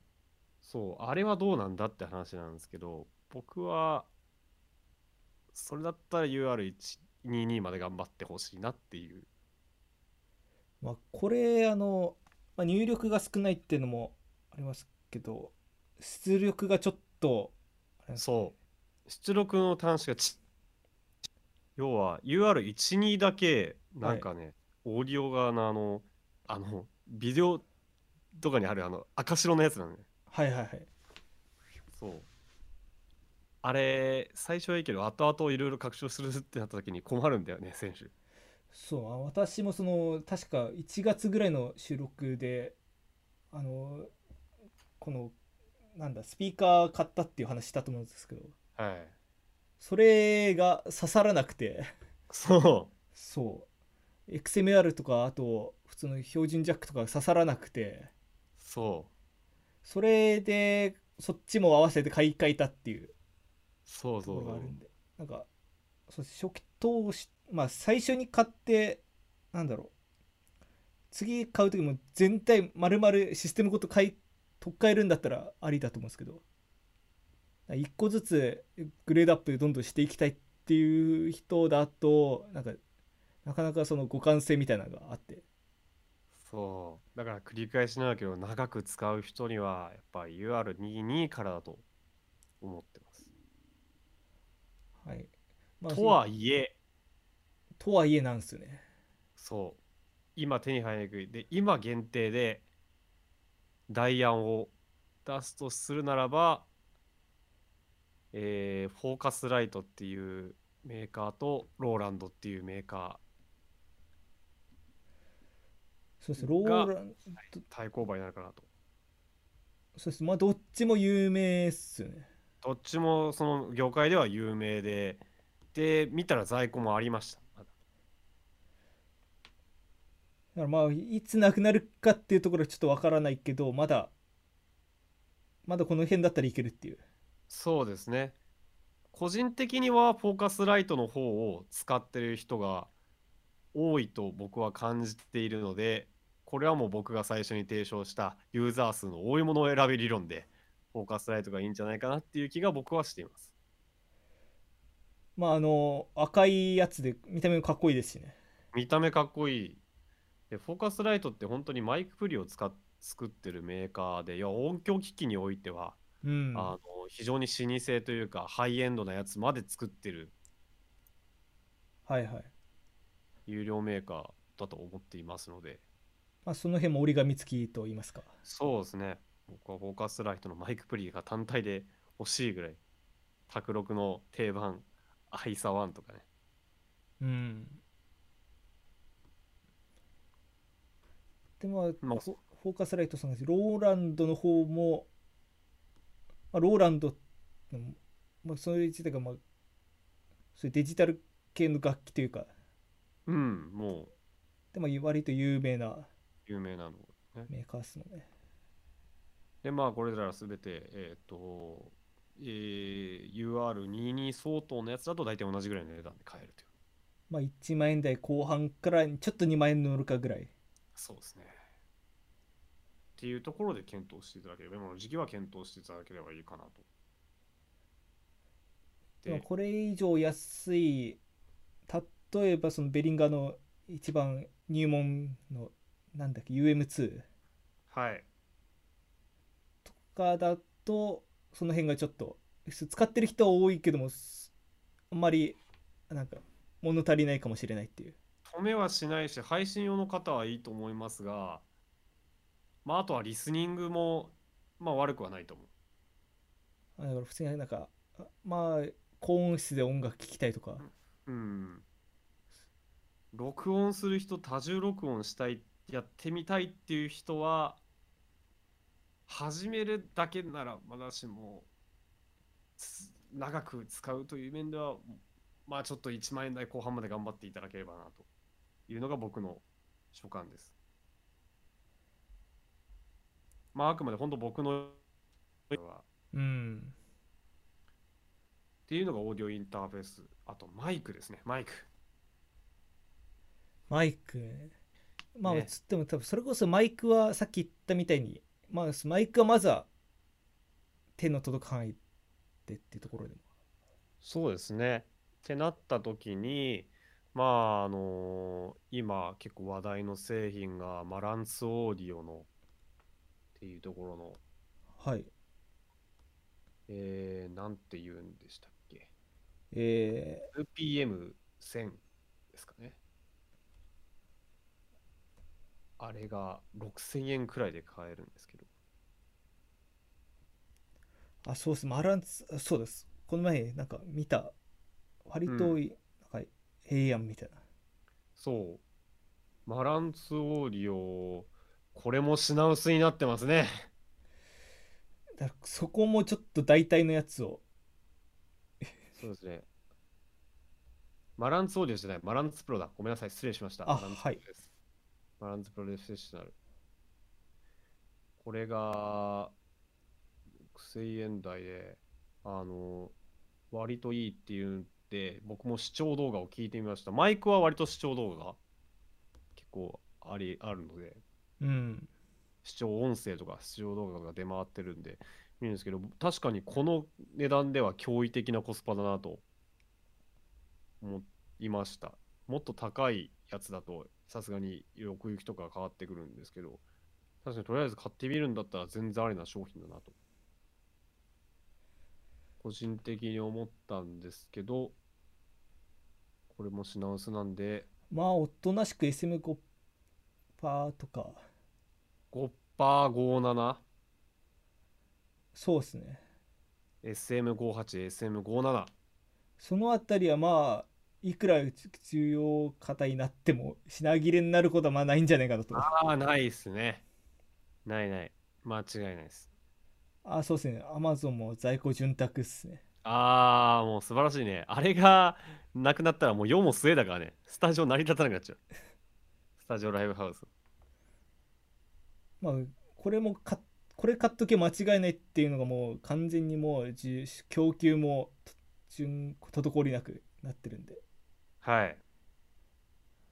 Speaker 2: そう、あれはどうなんだって話なんですけど、僕はそれだったら UR122 まで頑張ってほしいなっていう。
Speaker 1: まあ、これあの、まあ、入力が少ないっていうのもありますけど出力がちょっとれ
Speaker 2: そう出力の端子がち要は UR12 だけなんかね、オーディオ側のあのあのビデオとかにあるあの赤白のやつなのね
Speaker 1: はいはいはい
Speaker 2: そうあれ最初はいいけど後々いろいろ拡張するってなった時に困るんだよね選手
Speaker 1: そうあ私もその確か1月ぐらいの収録であのこのなんだスピーカー買ったっていう話したと思うんですけど
Speaker 2: はい
Speaker 1: それが刺さらなくて
Speaker 2: そ
Speaker 1: そう。XMR とか、あと、普通の標準ジャックとかが刺さらなくて、
Speaker 2: うそう
Speaker 1: それで、そっちも合わせて買い替えたっていう
Speaker 2: そう
Speaker 1: と
Speaker 2: そ
Speaker 1: こ
Speaker 2: う
Speaker 1: ろ
Speaker 2: そ
Speaker 1: があ
Speaker 2: う
Speaker 1: るんで、なんか、そう初期投資、まあ、最初に買って、なんだろう、次買う時も全体、丸々システムごと買い、取っ換えるんだったらありだと思うんですけど、1個ずつグレードアップどんどんしていきたいっていう人だと、なんか、なかなかその互換性みたいなのがあって、
Speaker 2: そうだから繰り返しなんだけど長く使う人にはやっぱ UR22 からだと思ってます
Speaker 1: はい。まあ
Speaker 2: とはいえ
Speaker 1: とはいえなんですよね。
Speaker 2: そう今手に入りにくいで今限定でダイヤを出すとするならばえーフォーカスライトっていうメーカーとローランドっていうメーカ
Speaker 1: そうです。
Speaker 2: が
Speaker 1: ローラン、
Speaker 2: ー対抗馬になるかなと
Speaker 1: そうです。まあ、どっちも有名っすよね。
Speaker 2: どっちもその業界では有名でで見たら在庫もありましたまだ
Speaker 1: だからまあ、いつなくなるかっていうところはちょっとわからないけど、まだ、まだこの辺だったらいけるっていう。
Speaker 2: そうですね。個人的にはフォーカスライトの方を使ってる人が多いと僕は感じているので、これはもう僕が最初に提唱したユーザー数の多いものを選べ理論で、フォーカスライトがいいんじゃないかなっていう気が僕はしています。
Speaker 1: まあ、あの、赤いやつで見た目もかっこいいですしね。
Speaker 2: 見た目かっこいい。で、フォーカスライトって本当にマイクプリを使っ作ってるメーカーで、いや音響機器においては、
Speaker 1: うん。
Speaker 2: あの非常に老舗というかハイエンドなやつまで作ってる
Speaker 1: はいはい。
Speaker 2: 有料メーカーだと思っていますので、
Speaker 1: まあ、その辺も折り紙付きと言いますか。
Speaker 2: そうですね。僕はフォーカスライトのマイクプリが単体で欲しいぐらい、卓録の定番、アイサワンとかね。
Speaker 1: うん。でも、
Speaker 2: まあ
Speaker 1: フォフォーカスライトさんがローランドの方も、まあ、ローランド、うんまあ、それ自体が、まあ、そういうデジタル系の楽器というか、
Speaker 2: うん、もう
Speaker 1: でも割と有名な
Speaker 2: 有名なの。ね、
Speaker 1: メーカーですもんね。
Speaker 2: で、まあ、これらすべて、えっ、と、えー UR22 相当のやつだと大体同じぐらいの値段で買えるという。
Speaker 1: まあ、1万円台後半からちょっと2万円乗るかぐらい。
Speaker 2: そうですね。っていうところで検討していただければ、今の時期は検討していただければいいかなと。
Speaker 1: でもこれ以上安い例えばそのベリンガーの一番入門のなんだっけ UM2
Speaker 2: はい。
Speaker 1: とかだとその辺がちょっと使ってる人は多いけどもすあんまりなんか物足りないかもしれないっていう
Speaker 2: 止めはしないし配信用の方はいいと思いますが、まあ、あとはリスニングも、まあ、悪くはないと思う
Speaker 1: あだから普通になんかあまあ高音質で音楽聴きたいとか
Speaker 2: うん録音する人多重録音したいやってみたいっていう人は始めるだけならまだしもつ長く使うという面ではまあちょっと1万円台後半まで頑張っていただければなというのが僕の所感ですまああくまで本当僕の
Speaker 1: うん
Speaker 2: っていうのがオーディオインターフェースあとマイクですねマイク
Speaker 1: マイクねまあ
Speaker 2: ね
Speaker 1: つっても多分それこそマイクはさっき言ったみたいにまあマイクはまずは手の届く範囲でっていうところでも
Speaker 2: そうですね。ってなった時に、まあ、あの今結構話題の製品が、まあ、ランツオーディオのっていうところの
Speaker 1: はい
Speaker 2: えー、なんて言うんでしたっけ
Speaker 1: え
Speaker 2: ?UPM1000 ですかね。あれが6000円くらいで買えるんですけど。
Speaker 1: ー、あ、そうです。マランツ、あそうです。この前、なんか見た、割と、
Speaker 2: う
Speaker 1: なんか、ええやんみたいな。
Speaker 2: そう。マランツオーディオ、これも品薄になってますね。
Speaker 1: だからそこもちょっと大体のやつを、
Speaker 2: そうですね。マランツオーディオじゃない、マランツプロだ。ごめんなさい、失礼しました。
Speaker 1: あ
Speaker 2: マランツプロです。マランツプロプロフェッショナル。これが、6000円台で、あの、割といいっていうんで、僕も視聴動画を聞いてみました。マイクは割と視聴動画が結構あり、あるので、
Speaker 1: うん。
Speaker 2: 視聴音声とか視聴動画が出回ってるんで見るんですけど確かにこの値段では驚異的なコスパだなと思いましたもっと高いやつだとさすがに奥行きとか変わってくるんですけど確かにとりあえず買ってみるんだったら全然ありな商品だなと個人的に思ったんですけどこれも品薄なんで
Speaker 1: まあ、おとなしく SM5% とか、
Speaker 2: 5パー57
Speaker 1: そうですね。
Speaker 2: SM58、SM57。
Speaker 1: そのあたりはまあ、いくら重要方になっても品切れになることはまあないんじゃないかなと。
Speaker 2: ああ、ないですね。ないない。間違いないです。
Speaker 1: あ、そうですね。アマゾンも在庫潤沢っすね。
Speaker 2: ああ、もう素晴らしいね。あれがなくなったらもう世も末だからね。スタジオ成り立たなくなっちゃう。スタジオライブハウス。
Speaker 1: まあ、これもか、これ買っとけ間違いないっていうのがもう完全にもうじ供給もと順滞りなくなってるんで。
Speaker 2: はい。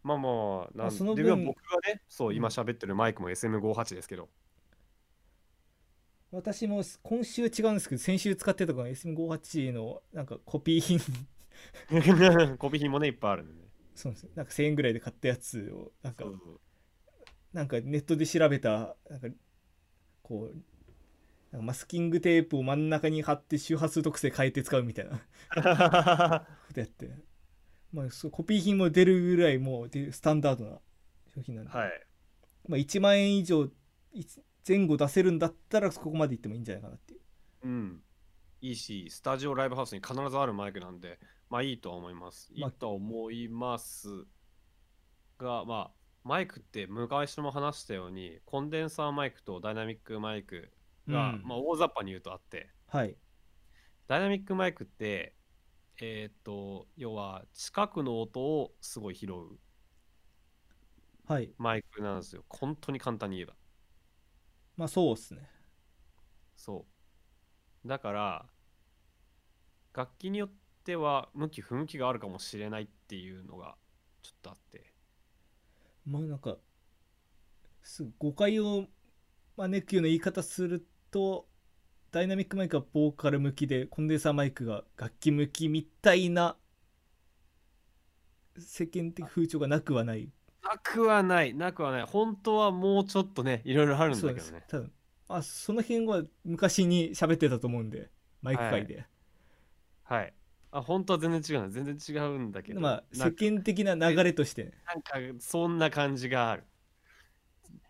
Speaker 2: まあまあまあ、
Speaker 1: ま
Speaker 2: な
Speaker 1: あ
Speaker 2: ん
Speaker 1: その
Speaker 2: でも
Speaker 1: 分
Speaker 2: 僕がね、そう、今
Speaker 1: うん
Speaker 2: 喋ってるマイクも SM58 ですけ ど。
Speaker 1: 私も今週違うんですけど、先週使ってたこの SM58 のなんかコピー品、
Speaker 2: コピー品もね、いっぱいあるんでね。
Speaker 1: そうですね。なんか1000円ぐらいで買ったやつを、なんか
Speaker 2: そう そう
Speaker 1: なんかネットで調べたなんかこうなんかマスキングテープを真ん中に貼って周波数特性変えて使うみたいな ことやって、まあ、そうコピー品も出るぐらいもうでスタンダードな商品なんで、
Speaker 2: はい。
Speaker 1: まあ、1万円以上いつ前後出せるんだったらここまでいってもいいんじゃないかなっていう
Speaker 2: うん。いいし、スタジオライブハウスに必ずあるマイクなんで、まあいいとは思います。い
Speaker 1: まあ
Speaker 2: いとは思いますが、まあ、マイクって昔も話したように、コンデンサーマイクとダイナミックマイクが、
Speaker 1: うん
Speaker 2: まあ大雑把に言うとあって、
Speaker 1: はい
Speaker 2: ダイナミックマイクって、えーっと、要は近くの音をすごい拾う
Speaker 1: はい
Speaker 2: マイクなんですよ。本当に簡単に言えば。
Speaker 1: まあそうっすね
Speaker 2: そう。だから、楽器によっては向き不向きがあるかもしれないっていうのがちょっとあって。
Speaker 1: まあなんかす誤解を招くような言い方するとダイナミックマイクはボーカル向きでコンデンサーマイクが楽器向きみたいな世間的風潮がなくはない
Speaker 2: なくはない、なくはない。本当はもうちょっとね、いろいろあるん
Speaker 1: そう
Speaker 2: だ
Speaker 1: で
Speaker 2: け
Speaker 1: す
Speaker 2: どね。
Speaker 1: 多分あその辺は昔に喋ってたと思うんでマイク界で、
Speaker 2: はい。あ、本当は全然違うな。全然違うんだけど。
Speaker 1: まあ
Speaker 2: な
Speaker 1: 世間的な流れとして、ね、
Speaker 2: なんかそんな感じがある。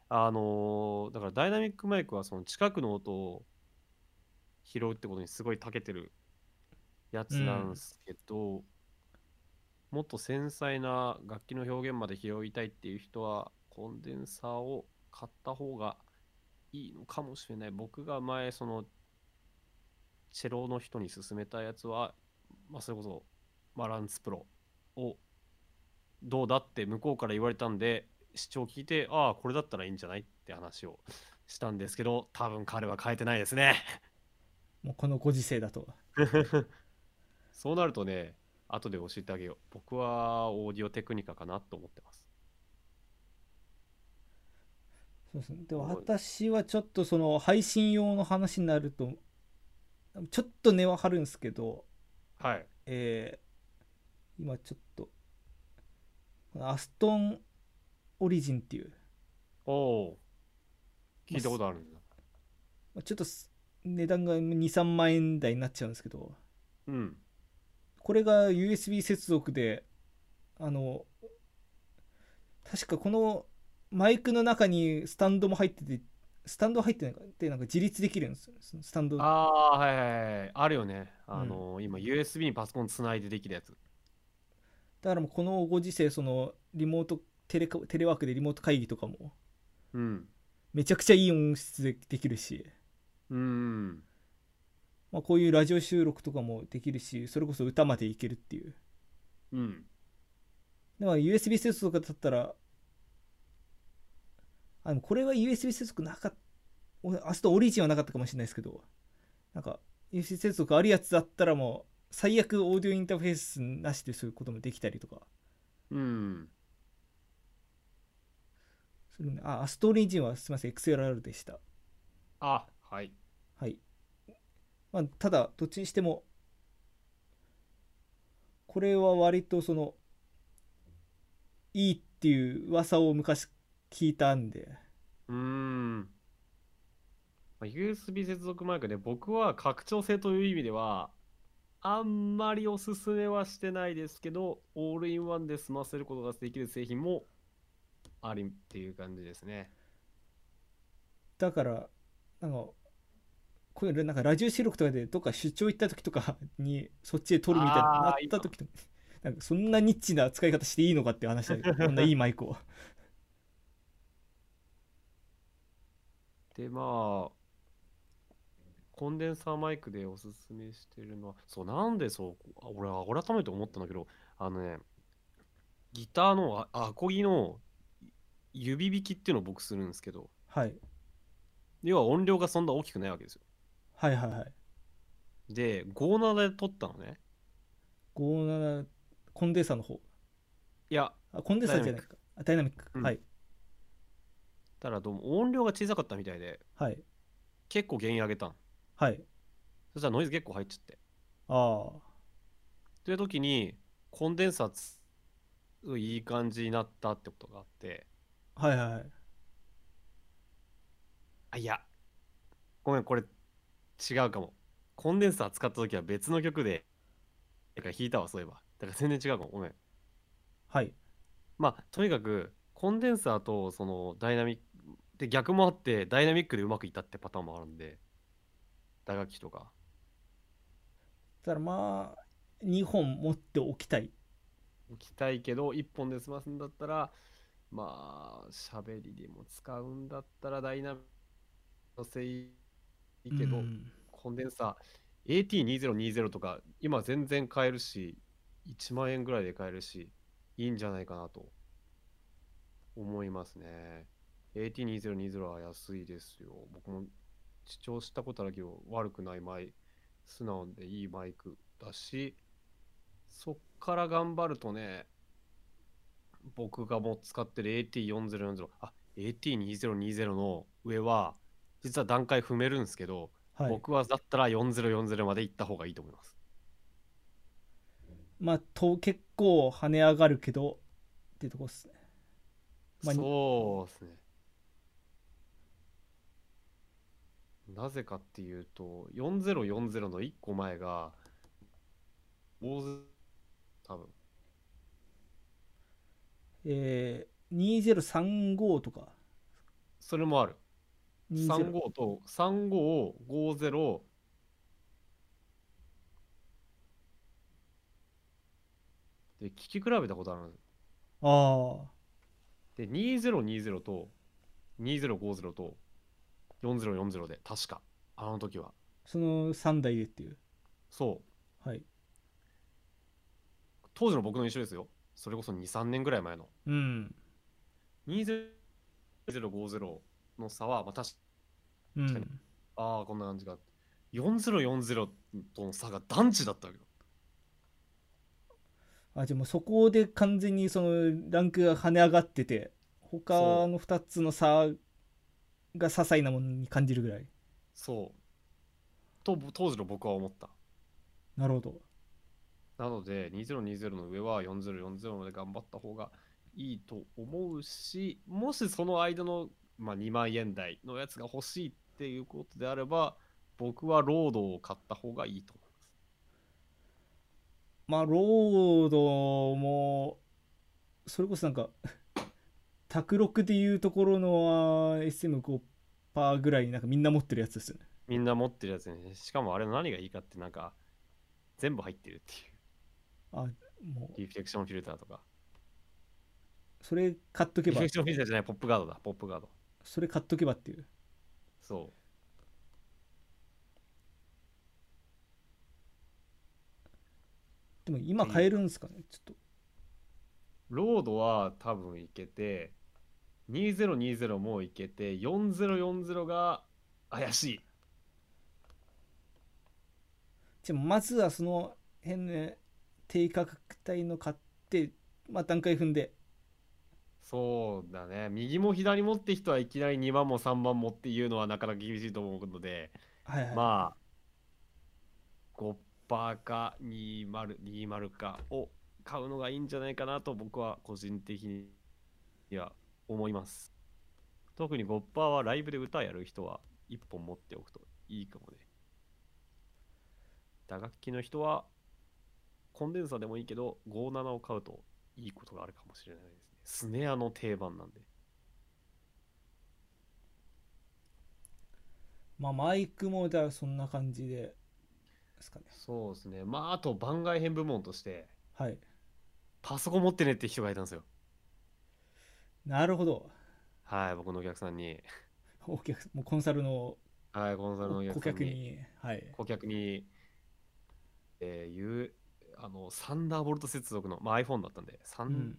Speaker 2: あのーだからダイナミックマイクはその近くの音を拾うってことにすごい長けてるやつなんですけど、もっと繊細な楽器の表現まで拾いたいっていう人はコンデンサーを買った方がいいのかもしれない。僕が前そのチェロの人に勧めたやつは、まあ、それこそマランツプロをどうだって向こうから言われたんで視聴聞いてああこれだったらいいんじゃないって話をしたんですけど多分彼は変えてないですね
Speaker 1: もうこのご時世だと
Speaker 2: そうなるとね後で教えてあげよう僕はオーディオテクニカかなと思ってます
Speaker 1: そうですね。でも
Speaker 2: はい
Speaker 1: 私はちょっとその配信用の話になるとちょっと根は張るんですけど、
Speaker 2: はい
Speaker 1: えー今ちょっとこのアストンオリジンっていう
Speaker 2: おお聞いたことあるんだ
Speaker 1: まあちょっとす値段が23万円台になっちゃうんですけど
Speaker 2: うん。
Speaker 1: これが USB 接続であの確かこのマイクの中にスタンドも入っててスタンド入ってないかでなんか自立できるんですよそのスタンドあ
Speaker 2: ああー、はいはいはい。あるよね。あの、今 USB にパソコンつないでできるやつ。
Speaker 1: だからもうこのご時世そのリモートテレカテレワークでリモート会議とかも
Speaker 2: うん。
Speaker 1: めちゃくちゃいい音質でできるし、
Speaker 2: うん。
Speaker 1: まあ、こういうラジオ収録とかもできるしそれこそ歌までいけるっていう
Speaker 2: うん。
Speaker 1: だから USB 接続だったらあでもこれは USB 接続なかった明日とオリジンはなかったかもしれないですけどなんか USB 接続あるやつだったらもう最悪オーディオインターフェースなしでそういうこともできたりとか
Speaker 2: うん。
Speaker 1: するんであアストオリジンはすみません XLR でした
Speaker 2: あ、はい。
Speaker 1: はい、まあ、ただどっちにしてもこれは割とそのいいっていう噂を昔聞いたんで
Speaker 2: うーん。まあ USB 接続マイクで僕は拡張性という意味では、あんまりおすすめはしてないですけど、オールインワンで済ませることができる製品もありっていう感じですね。
Speaker 1: だからなんかこれなんかラジオ収録とかでどっか出張行った時とかにそっちで撮るみたいにな
Speaker 2: あ
Speaker 1: っ
Speaker 2: ーいい
Speaker 1: た
Speaker 2: か
Speaker 1: 時とかなんかそんなニッチな使い方していいのかっていう話だけどこんないいマイクを
Speaker 2: で、まあ、コンデンサーマイクでおすすめしてるのは、そう、なんでそう、あ俺、改めて思ったんだけど、あのね、ギターのあアコギの指弾きっていうのを僕するんですけど、
Speaker 1: はい
Speaker 2: 要は音量がそんな大きくないわけですよ。
Speaker 1: はいはいはい
Speaker 2: で、57で撮ったのね。
Speaker 1: 57コンデンサーの方
Speaker 2: いや、
Speaker 1: あコンデンサーじゃないかあダイナミック
Speaker 2: うん
Speaker 1: はい
Speaker 2: ただどうも音量が小さかったみたいで、
Speaker 1: はい
Speaker 2: 結構原因上げたん。
Speaker 1: はい
Speaker 2: そしたらノイズ結構入っちゃって。
Speaker 1: ああ
Speaker 2: という時に、コンデンサーついい感じになったってことがあって、
Speaker 1: はいはいはい
Speaker 2: あ、いや、ごめん、これ違うかも。コンデンサー使った時は別の曲で、だから弾いたわ、そういえば。だから全然違うかも、ごめん。
Speaker 1: はい
Speaker 2: まあ、とにかく、コンデンサーとそのダイナミック、で逆もあって、ダイナミックでうまくいったってパターンもあるんで、打楽器とか。
Speaker 1: だからまあ2本持っておきたい
Speaker 2: 置きたいけど、一本で済ますんだったら、まあ、喋りでも使うんだったら、ダイナミックのせいいけど、
Speaker 1: うん
Speaker 2: コンデンサー、AT2020 とか、今全然買えるし、1万円ぐらいで買えるし、いいんじゃないかなと思いますね。AT2020 は安いですよ。僕も主張したことあるけど、悪くないマイ、素直でいいマイクだし、そっから頑張るとね、僕がもう使ってる AT4040、あ、AT2020 の上は、実は段階踏めるんですけど、
Speaker 1: はい
Speaker 2: 僕はだったら4040まで行った方がいいと思います。
Speaker 1: まあと結構跳ね上がるけどっていうとこですねまあ
Speaker 2: そうですね。なぜかっていうと、4040の1個前が、大津、多分。
Speaker 1: えー、2035とか
Speaker 2: それもある。
Speaker 1: 20
Speaker 2: 35と、3550、で、聞き比べたことあるんです
Speaker 1: ああ
Speaker 2: で、2020と2050と4040で、確か、あの時は。
Speaker 1: その3台でっていう
Speaker 2: そう、
Speaker 1: はい
Speaker 2: 当時の僕の印象ですよ。それこそ2、3年ぐらい前の。
Speaker 1: うん、
Speaker 2: 2050の差は、まあ、確か
Speaker 1: う
Speaker 2: 確かに
Speaker 1: ん、
Speaker 2: ああ、こんな感じが。4040との差が団地だったわけよ。
Speaker 1: あじゃあもうそこで完全にそのランクが跳ね上がってて他
Speaker 2: そう
Speaker 1: の2つの差が些細なものに感じるぐらい
Speaker 2: そう。と、当時の僕は思った。
Speaker 1: なるほど
Speaker 2: なので、2020の上は4040まで頑張った方がいいと思うし、もしその間の、まあ、2万円台のやつが欲しいっていうことであれば、僕はロードを買った方がいいと思います。
Speaker 1: まあロードもそれこそなんか 卓六でいうところの SM5 パーぐらいなんかみんな持ってるやつですよね
Speaker 2: みんな持ってるやつね。しかもあれの何がいいかってなんか全部入ってるってい
Speaker 1: あも
Speaker 2: う。リフレクションフィルターとか。
Speaker 1: うそれ買っとけ
Speaker 2: リフ
Speaker 1: ば
Speaker 2: レクションフィルターじゃない、ポップガードだ、ポップガード。
Speaker 1: それ買っとけばっていう
Speaker 2: そう。
Speaker 1: でも今買えるんですかねちょっと
Speaker 2: ロードは多分いけて、2020もういけて、4040が怪しい。
Speaker 1: じゃあまずはその辺ね低価格帯の買ってまあ段階踏んで
Speaker 2: そうだね。右も左もって人はいきなり2番も3番もっていうのはなかなか厳しいと思うので、
Speaker 1: はいはい、
Speaker 2: まあ、5%か20、20かを買うのがいいんじゃないかなと僕は個人的には思います。特に5%はライブで歌やる人は1本持っておくといいかもね。打楽器の人はコンデンサーでもいいけど57を買うといいことがあるかもしれないですね。スネアの定番なんで。
Speaker 1: まあマイクもだからそんな感じでですかね
Speaker 2: そうですね。まああと番外編部門として
Speaker 1: はい
Speaker 2: パソコン持ってねって人がいたんですよ。
Speaker 1: なるほど
Speaker 2: はい、僕のお客さんに。
Speaker 1: お客さんもうコンサルの
Speaker 2: はい、コンサルのお
Speaker 1: 顧
Speaker 2: 客さん
Speaker 1: 客
Speaker 2: に、
Speaker 1: にはい
Speaker 2: 顧客に、えー、言う、あの、サンダーボルト接続の、まあ、iPhone だったんで、サ
Speaker 1: う
Speaker 2: ン
Speaker 1: ん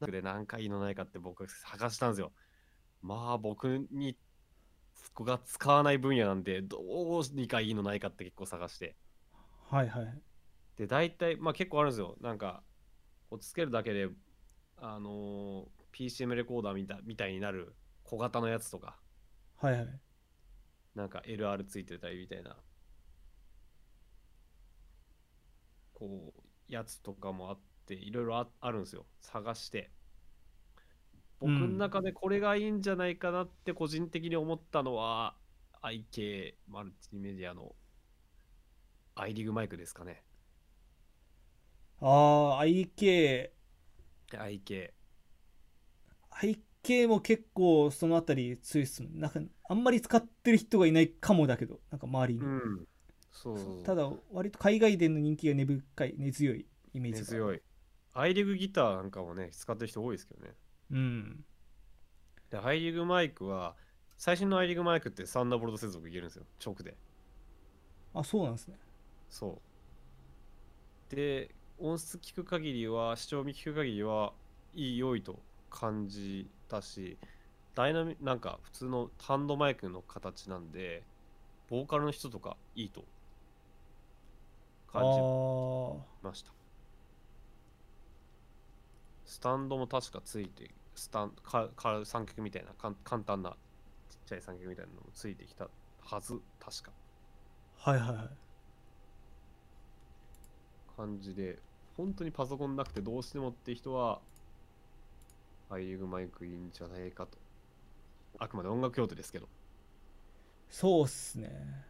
Speaker 2: ダーで何回いいのないかって僕探したんですよ。まあ、僕に、そこが使わない分野なんで、どうにかいいのないかって結構探して。
Speaker 1: はいはい
Speaker 2: で、大体、まあ結構あるんですよ。なんか、こうつけるだけで、あのー PCM レコーダーみたみたいになる小型のやつとか、
Speaker 1: はいはい
Speaker 2: なんか LR ついてたりみたいな、こう、やつとかもあって、いろいろああるんですよ。探して。僕の中でこれがいいんじゃないかなって個人的に思ったのは、IK マルチメディアのアイリグマイクですかね。
Speaker 1: ああ IKIK
Speaker 2: IK。
Speaker 1: も結構そのあたり強いっすもんなんかあんまり使ってる人がいないかもだけどなんか周りに、
Speaker 2: うん。そう
Speaker 1: そうただ割と海外での人気が根深い根強いイメージ
Speaker 2: 根
Speaker 1: が
Speaker 2: 強い。アイリグギターなんかもね、使ってる人多いですけどね。
Speaker 1: うん
Speaker 2: で、ハイリグマイクは、最新のハイリグマイクってサンダーボルト接続いけるんですよ、直で。
Speaker 1: あそうなんですね
Speaker 2: そう。で、音質聞く限りは、視聴味聞く限りは、いい、良いと感じたし、ダイナミなんか普通のハンドマイクの形なんで、ボーカルの人とかいいと
Speaker 1: あ
Speaker 2: 感じ
Speaker 1: あ
Speaker 2: ました。スタンドも確かついて、スタンかか三脚みたいなかん、簡単なちっちゃい三脚みたいなのもついてきたはず、確か。
Speaker 1: はいはいはい
Speaker 2: 感じで、本当にパソコンなくてどうしてもって人は、アイリグマイクいいんじゃないかと。あくまで音楽用途ですけど。
Speaker 1: そうっすね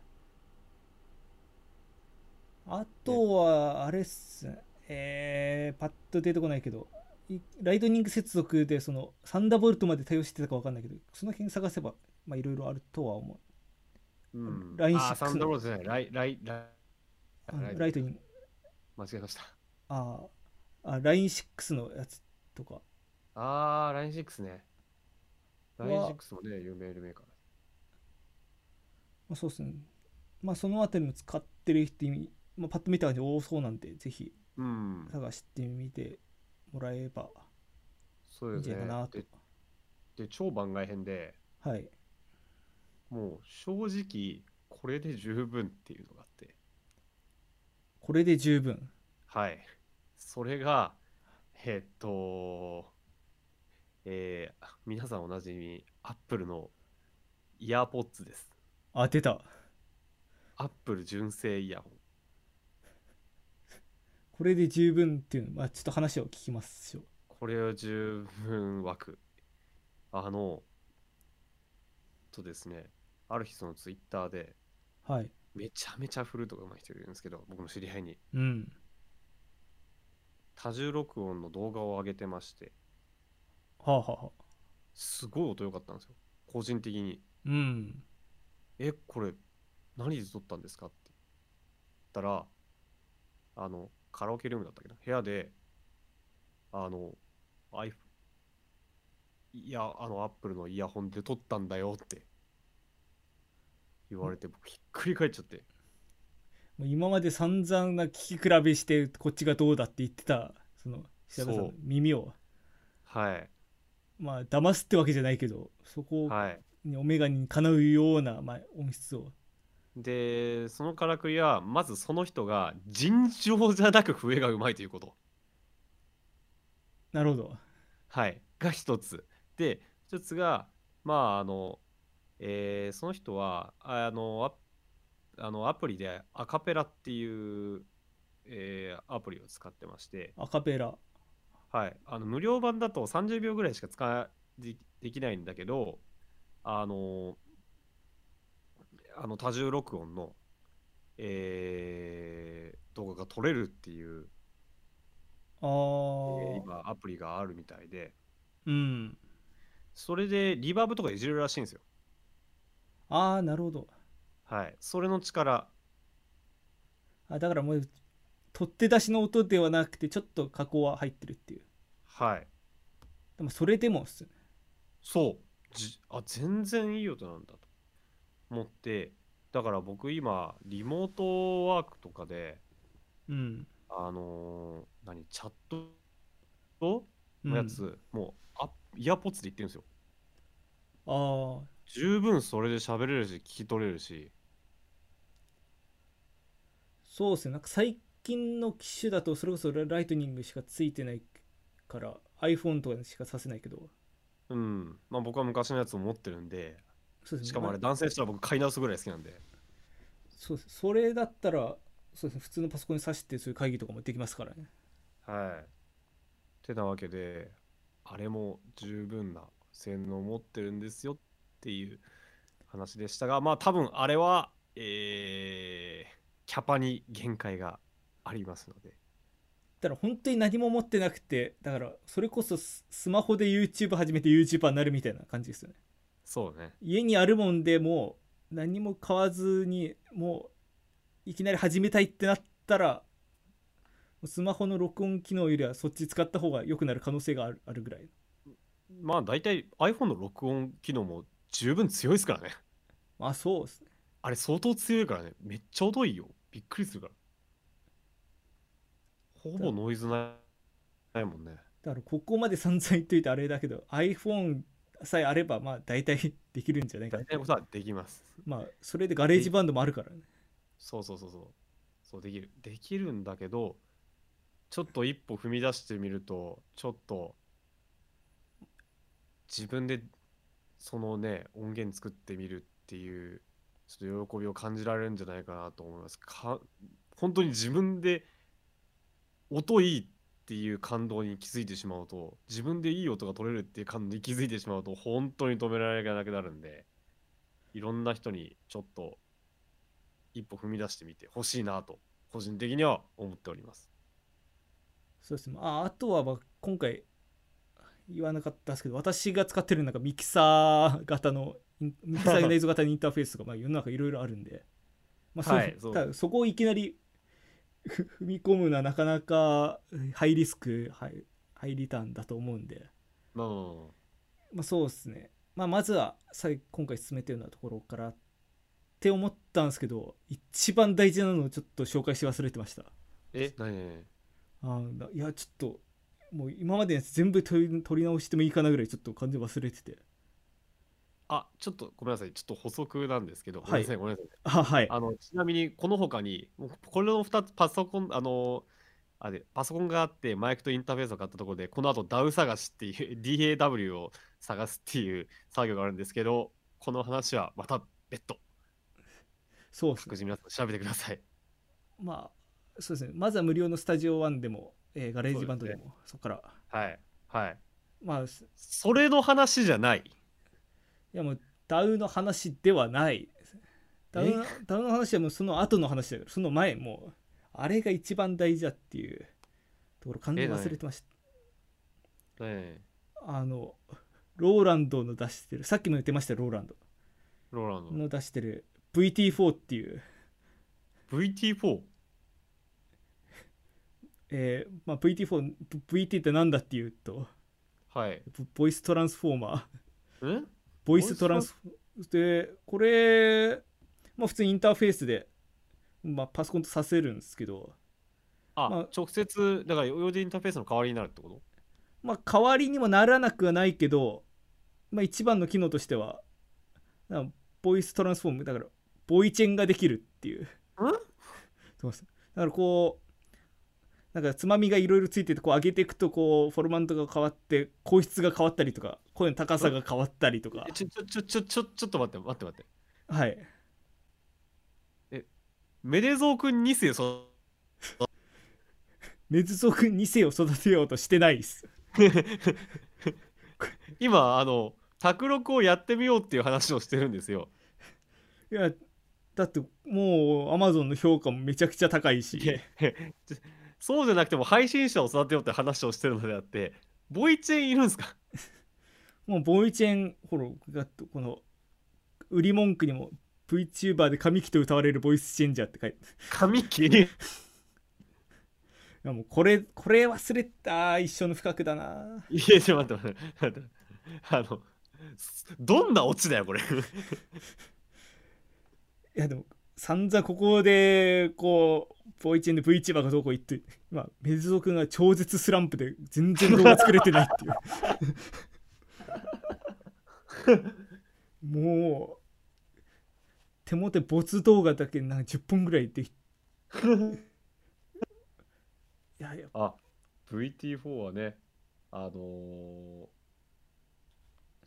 Speaker 1: あとはあれっすねえー、パッと出てこないけどいライトニング接続でそのサンダーボルトまで対応してたかわかんないけどその辺探せばまあいろいろあるとは思
Speaker 2: うん。
Speaker 1: ライン
Speaker 2: あー、
Speaker 1: 6
Speaker 2: サンダーボルトじゃない。ライ、ライ、ラ
Speaker 1: う
Speaker 2: イ、
Speaker 1: ライトニング
Speaker 2: 間違えました。
Speaker 1: あーあ LINE6 のやつとか
Speaker 2: あー、ライン6ね。ライン
Speaker 1: は
Speaker 2: 6もね、有名メーカー。
Speaker 1: まあ、そうですね。まあ、そのあたりも使ってる人、まあ、パッと見た感じ多そうなんで、ぜひ
Speaker 2: うん。
Speaker 1: 探してみてもらえば
Speaker 2: そう
Speaker 1: いい
Speaker 2: です
Speaker 1: んじゃ
Speaker 2: ね。
Speaker 1: ないかなと
Speaker 2: で。で超番外編で
Speaker 1: はい。
Speaker 2: もう正直これで十分っていうのがあって
Speaker 1: これで十分。
Speaker 2: はいそれがえっとえー皆さんおなじみアップルのイヤーポッツです
Speaker 1: あ、出た。
Speaker 2: アップル純正イヤホン
Speaker 1: これで十分っていうの、まあ、ちょっと話を聞きましょう。
Speaker 2: これを十分枠あのとですねある日そのツイッターで
Speaker 1: はい
Speaker 2: めちゃめちゃフルートが上手い人いるんですけど僕の知り合いに
Speaker 1: うん
Speaker 2: 多重録音の動画を上げてまして
Speaker 1: はあ、はあはあ、
Speaker 2: すごい音良かったんですよ個人的に
Speaker 1: うん
Speaker 2: えこれ何で撮ったんですかって言ったらあのカラオケルームだったっけど部屋であの iPhone いやあの Apple のイヤホンで撮ったんだよって言われて僕ひっくり返っちゃって
Speaker 1: もう今まで散々な聞き比べしてこっちがどうだって言ってたその久々さん
Speaker 2: そ
Speaker 1: の
Speaker 2: う
Speaker 1: 耳を
Speaker 2: はい
Speaker 1: まあ騙すってわけじゃないけどそこ
Speaker 2: はい
Speaker 1: にお眼鏡にかなうような、まあ、音質を
Speaker 2: でそのからくりはまずその人が尋常じゃなく笛がうまいということ
Speaker 1: なるほど
Speaker 2: はい、 が一つ。で、一つが、まあ、あの、えーその人は、ああの、アあのアプリでアカペラっていう、えーアプリを使ってまして、
Speaker 1: アカペラ
Speaker 2: はい、あの無料版だと30秒ぐらいしか使えでできないんだけど、あの、あの多重録音の、えー動画が撮れるっていう、え
Speaker 1: あー、
Speaker 2: ー今アプリがあるみたいで、
Speaker 1: うん
Speaker 2: それでリバーブとかいじれるらしいんですよ。
Speaker 1: ああなるほど
Speaker 2: はい、それの力、
Speaker 1: あだからもう取って出しの音ではなくてちょっと加工は入ってるっていう
Speaker 2: はい、
Speaker 1: でもそれでもっすね
Speaker 2: そうじあ全然いい音なんだと思ってだから僕今リモートワークとかで
Speaker 1: うん
Speaker 2: あのー何チャット
Speaker 1: うん
Speaker 2: のやつ、もうあイヤポッツで言ってるんですよ
Speaker 1: あー
Speaker 2: 十分それで喋れるし聞き取れるし
Speaker 1: そうですねなんか最近の機種だとそれこそライトニングしかついてないから iPhone とかにしかさせないけど
Speaker 2: うんまあ僕は昔のやつを持ってるんで
Speaker 1: そうですね
Speaker 2: しかもあれ
Speaker 1: ま
Speaker 2: 男性したら僕買い直すぐらい好きなんで
Speaker 1: そうですそれだったらそうですね普通のパソコンに挿してそういう会議とかもできますからね
Speaker 2: はい。てなわけで、あれも十分な性能を持ってるんですよっていう話でしたが、まあ多分あれは、えーキャパに限界がありますので。
Speaker 1: だから本当に何も持ってなくてだからそれこそススマホで YouTube 始めて YouTuber になるみたいな感じですよね
Speaker 2: そうね。
Speaker 1: 家にあるもんでもう何も買わずにもういきなり始めたいってなったらスマホの録音機能よりはそっち使った方が良くなる可能性があるあるぐらい
Speaker 2: まあ大体 iPhone の録音機能も十分強いですからね。
Speaker 1: まあそうですね
Speaker 2: あれ相当強いからね。めっちゃ音いいよ。びっくりするから。ほぼノイズないないもんね。
Speaker 1: だからここまで散々言っといてあれだけど iPhone さえあればまあ大体できるんじゃないか
Speaker 2: 大体のことはできます。
Speaker 1: まあそれでガレージバンドもあるからね
Speaker 2: そうそうそうそう。そうできる。できるんだけど、ちょっと一歩踏み出してみると、ちょっと自分でそのね、音源作ってみるっていう、ちょっと喜びを感じられるんじゃないかなと思います。か本当に自分で音いいっていう感動に気づいてしまうと、自分でいい音が取れるっていう感動に気づいてしまうと、本当に止められなくなるんで、いろんな人にちょっと一歩踏み出してみてほしいなと個人的には思っております
Speaker 1: そうですねああとはまあ今回言わなかったですけど私が使ってるなんかミキサー型の インミキサーの映像型のインターフェースとかまあ世の中いろいろあるんで、まあそう
Speaker 2: はいそう
Speaker 1: ただそこをいきなりふ踏み込むのはなかなかハイリスクハイハイリターンだと思うんで、
Speaker 2: まあまあま
Speaker 1: まあ、そうですね、まあ、まずはさい今回進めてるようなところからって思ったんですけど一番大事なのをちょっと紹介し忘れてました。
Speaker 2: え何何
Speaker 1: あーないやちょっともう今までのやつ全部取り取り直してもいいかなぐらいちょっと完全に忘れてて
Speaker 2: あちょっとごめんなさいちょっと補足なんですけど、
Speaker 1: はい
Speaker 2: ごめんなさいごめんなさい
Speaker 1: あはい
Speaker 2: あのちなみにこの他にもうこれの2つパソコンあのあれパソコンがあってマイクとインターフェースを買ったところでこの後 DAW 探しっていう DAW を探すっていう作業があるんですけどこの話はまた別途
Speaker 1: そうです
Speaker 2: 各自
Speaker 1: ね
Speaker 2: 皆さん調べてください
Speaker 1: まあそうですねまずは無料のスタジオワンでも、えーガレージバンドでもそこ、から
Speaker 2: はいはい
Speaker 1: まあすい
Speaker 2: それの話じゃない
Speaker 1: やもう DAW の話ではないダウのダウの話はもうその後の話だけどその前もうあれが一番大事だっていうところ完全に忘れてました
Speaker 2: ええ
Speaker 1: あのローランドの出してるさっきも言ってましたよローランド
Speaker 2: ローランド。
Speaker 1: の出してる VT4 っていう、
Speaker 2: VT4?
Speaker 1: えーまあ、VT4 VT ってなんだっていうと
Speaker 2: はい。
Speaker 1: ボボイストランスフォーマー
Speaker 2: ん
Speaker 1: ボイストランスでこれ、まあ、普通にインターフェースで、まあ、パソコンとさせるんですけど、
Speaker 2: あ、
Speaker 1: まあ
Speaker 2: 直接、だから、オーディオインターフェースの代わりになるってこと
Speaker 1: まあ、代わりにもならなくはないけど、まあ、一番の機能としてはなんかボイストランスフォームだからボイチェンができるっていうそうですだからこうなんかつまみがいろいろついててこう上げていくとこうフォルマントが変わって硬質が変わったりとか声の高さが変わったりとか
Speaker 2: えちょ、ちょ、ちょ、ちょ、ちょ、ちょっと待って、待って、待って。
Speaker 1: はい
Speaker 2: メデゾー君2世、そ
Speaker 1: メズゾ君2世を育てようとしてないです
Speaker 2: 今、あの、卓録をやってみようっていう話をしてるんですよ。
Speaker 1: いやだってもうアマゾンの評価もめちゃくちゃ高いし
Speaker 2: そうじゃなくても配信者を育てようって話をしてるのであって、ボイチェンいるんですか
Speaker 1: もうボイチェンほらだってこの売り文句にも VTuber で神木と歌われるボイスチェンジャーって書いて
Speaker 2: 神 木
Speaker 1: いやもうこれこれ忘れたあー一緒の不覚だない
Speaker 2: や、ちょっと待って待って待って。あの、すどんなオチだよ、これ。
Speaker 1: いやでも散々ここでこうボイチェンで VTuber がどうこう言って まあメズゾ君が超絶スランプで全然動画作れてないっていうもう手元で没動画だけなんか10本ぐらいできいやいや
Speaker 2: あ、VT4 はね、あのー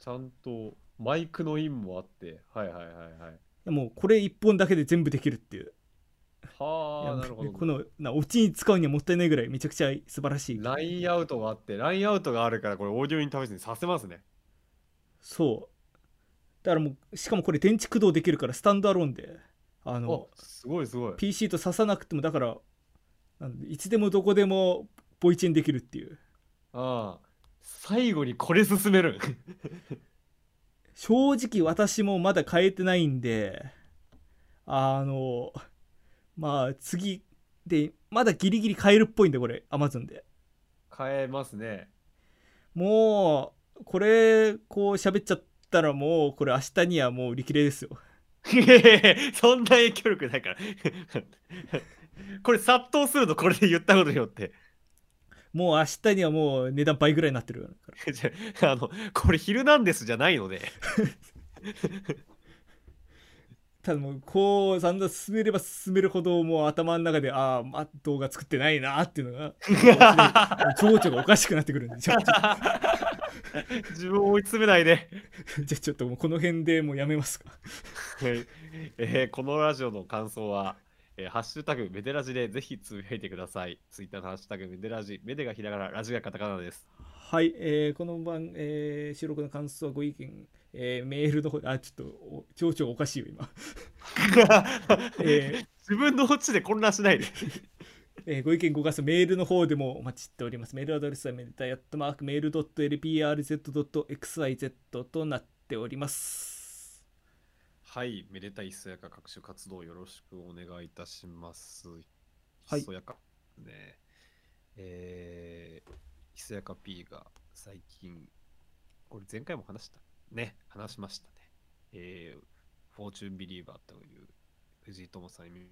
Speaker 2: ちゃんとマイクのインもあって、はいはいはいはい。
Speaker 1: もうこれ1本だけで全部できるっていうい
Speaker 2: は
Speaker 1: や
Speaker 2: あ、なるほど。
Speaker 1: このなオチに使うにはもったいないぐらいめちゃくちゃ素晴らしい
Speaker 2: ラインアウトがあって、ラインアウトがあるから、これオーディオインターフェースにさせますね。
Speaker 1: そうだからもうしかもこれ電池駆動できるからスタンドアローンであ
Speaker 2: あ
Speaker 1: の、
Speaker 2: すごいすごい。
Speaker 1: PC と挿さなくてもだからなんでいつでもどこでもボイチェンできるっていう
Speaker 2: ああ、最後にこれ進める。
Speaker 1: 正直私もまだ変えてないんであのまあ次でまだギリギリ買えるっぽいんでこれ Amazon で
Speaker 2: 変えますね。
Speaker 1: もうこれこう喋っちゃったらもうこれ明日にはもう売り切れですよ
Speaker 2: いやいやいやそんな影響力ないから。 これ殺到するのこれで言ったことによって。
Speaker 1: もう明日にはもう値段倍ぐらいになってるから
Speaker 2: じゃあの、これヒルナンデスじゃないので。
Speaker 1: ただもうこう散々進めれば進めるほどもう頭の中でああ、まあ、動画作ってないなーっていうの が情緒がおかしくなってくるんでちょちょ
Speaker 2: 自分を追い詰めないで。
Speaker 1: じゃあちょっともうこの辺でもうやめますか
Speaker 2: はいえーこのラジオの感想は、えーハッシュタグメデラジでぜひつぶやいてください。ツイッターのハッシュタグメデラジ、メデがひらがな、ラジがカタカナです。
Speaker 1: はい、えーこの番、えー収録の感想ご意見、えーメールの方あちょっとお情緒がおかしいよ 今、 えー
Speaker 2: 自分のオチで混乱しないで。
Speaker 1: えーご意見ご感想メールの方でもお待ちしておりますメールアドレスはメデタヤットマークメール .lprz.xyz となっております
Speaker 2: はい、めでたいひそやか各種活動よろしくお願いいたします。
Speaker 1: はい
Speaker 2: ひそやかね。えー、ひそやか P が最近、これ前回も話した。ね、話しましたね。えー、フォーチュンビリーバーという藤井友さんに見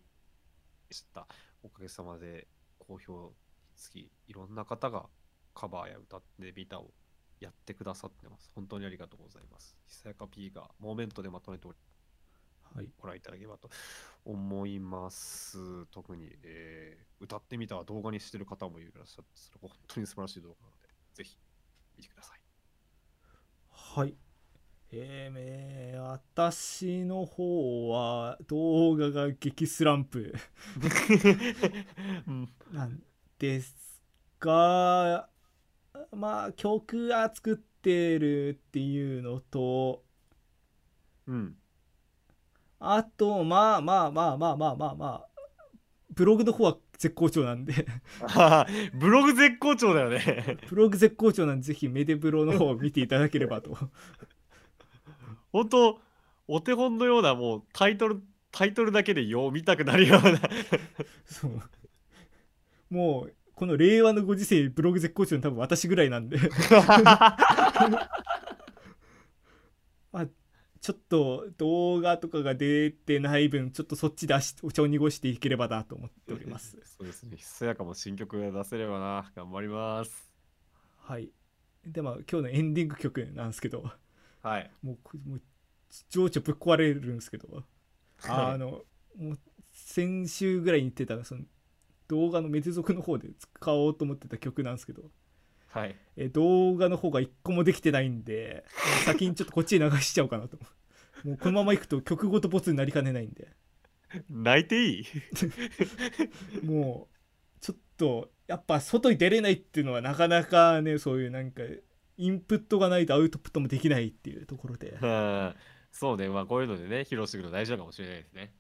Speaker 2: した。おかげさまで好評つき、いろんな方がカバーや歌ってみたをやってくださってます。本当にありがとうございます。ひそやか P がモーメントでまとめており
Speaker 1: はい、
Speaker 2: ご覧いただければと思います。特に、えー歌ってみた動画にしてる方もいらっしゃって、それ本当に素晴らしい動画なので、ぜひ見てください。
Speaker 1: はい。えーめー私の方は動画が激スランプ
Speaker 2: うん
Speaker 1: なんですが、まあ曲は作ってるっていうのと、
Speaker 2: うん。
Speaker 1: あと、まあまあまあまあまあまあまあ、ブログの方は絶好調なんで、
Speaker 2: あー ブログ絶好調だよね
Speaker 1: ブログ絶好調なんで、ぜひメデブロの方を見ていただければと。
Speaker 2: 本当お手本のようなもうタイトルタイトルだけでよう見たくなるような
Speaker 1: そうもう、この令和のご時世、ブログ絶好調の多分私ぐらいなんで、ちょっと動画とかが出てない分、ちょっとそっちで足お茶を濁していければなと思っております。
Speaker 2: そうですねひそやかも新曲が出せればな頑張ります
Speaker 1: はい。で、まあ、今日のエンディング曲なんですけど、
Speaker 2: はい
Speaker 1: もうこ、もう情緒ぶっ壊れるんですけど、あの、もう先週ぐらいに言ってた、その動画のメテ族の方で使おうと思ってた曲なんですけど、
Speaker 2: はい
Speaker 1: え動画の方が一個もできてないんで、先にちょっとこっちに流しちゃおうかなと。もうこのまま行くと曲ごとボツになりかねないんで、
Speaker 2: 泣いていい
Speaker 1: もう、ちょっと、やっぱ外に出れないっていうのはなかなかね、そういうなんか、インプットがないとアウトプットもできないっていうところで。
Speaker 2: うんそうねまあこういうのでね披露してくるの大事だかもしれないですね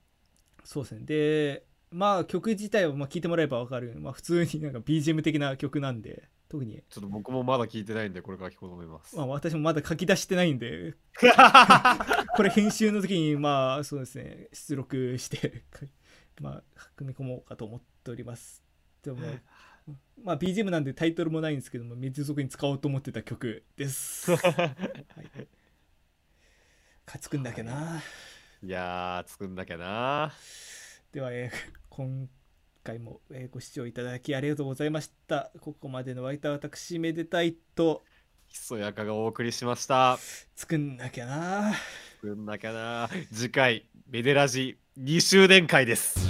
Speaker 1: そうですねでまあ曲自体はまあ聴いてもらえば分かるように、まあ、普通になんか BGM 的な曲なんで特に、
Speaker 2: ちょっと僕もまだ聞いてないんでこれから聞こうと思います
Speaker 1: まあ、私もまだ書き出してないんでこれ編集の時にまあそうですね出力して かまあ組み込もうかと思っておりますでもまあ BGM なんでタイトルもないんですけども水族に使おうと思ってた曲です 勝つくんだけな、
Speaker 2: いやー作んなきゃな
Speaker 1: では、えー今回も、えーご視聴いただきありがとうございました。ここまでの湧いた私めでたいと
Speaker 2: ひそやかがお送りしました
Speaker 1: 作んなきゃな。
Speaker 2: 作んなきゃな次回メデラジ2周年会です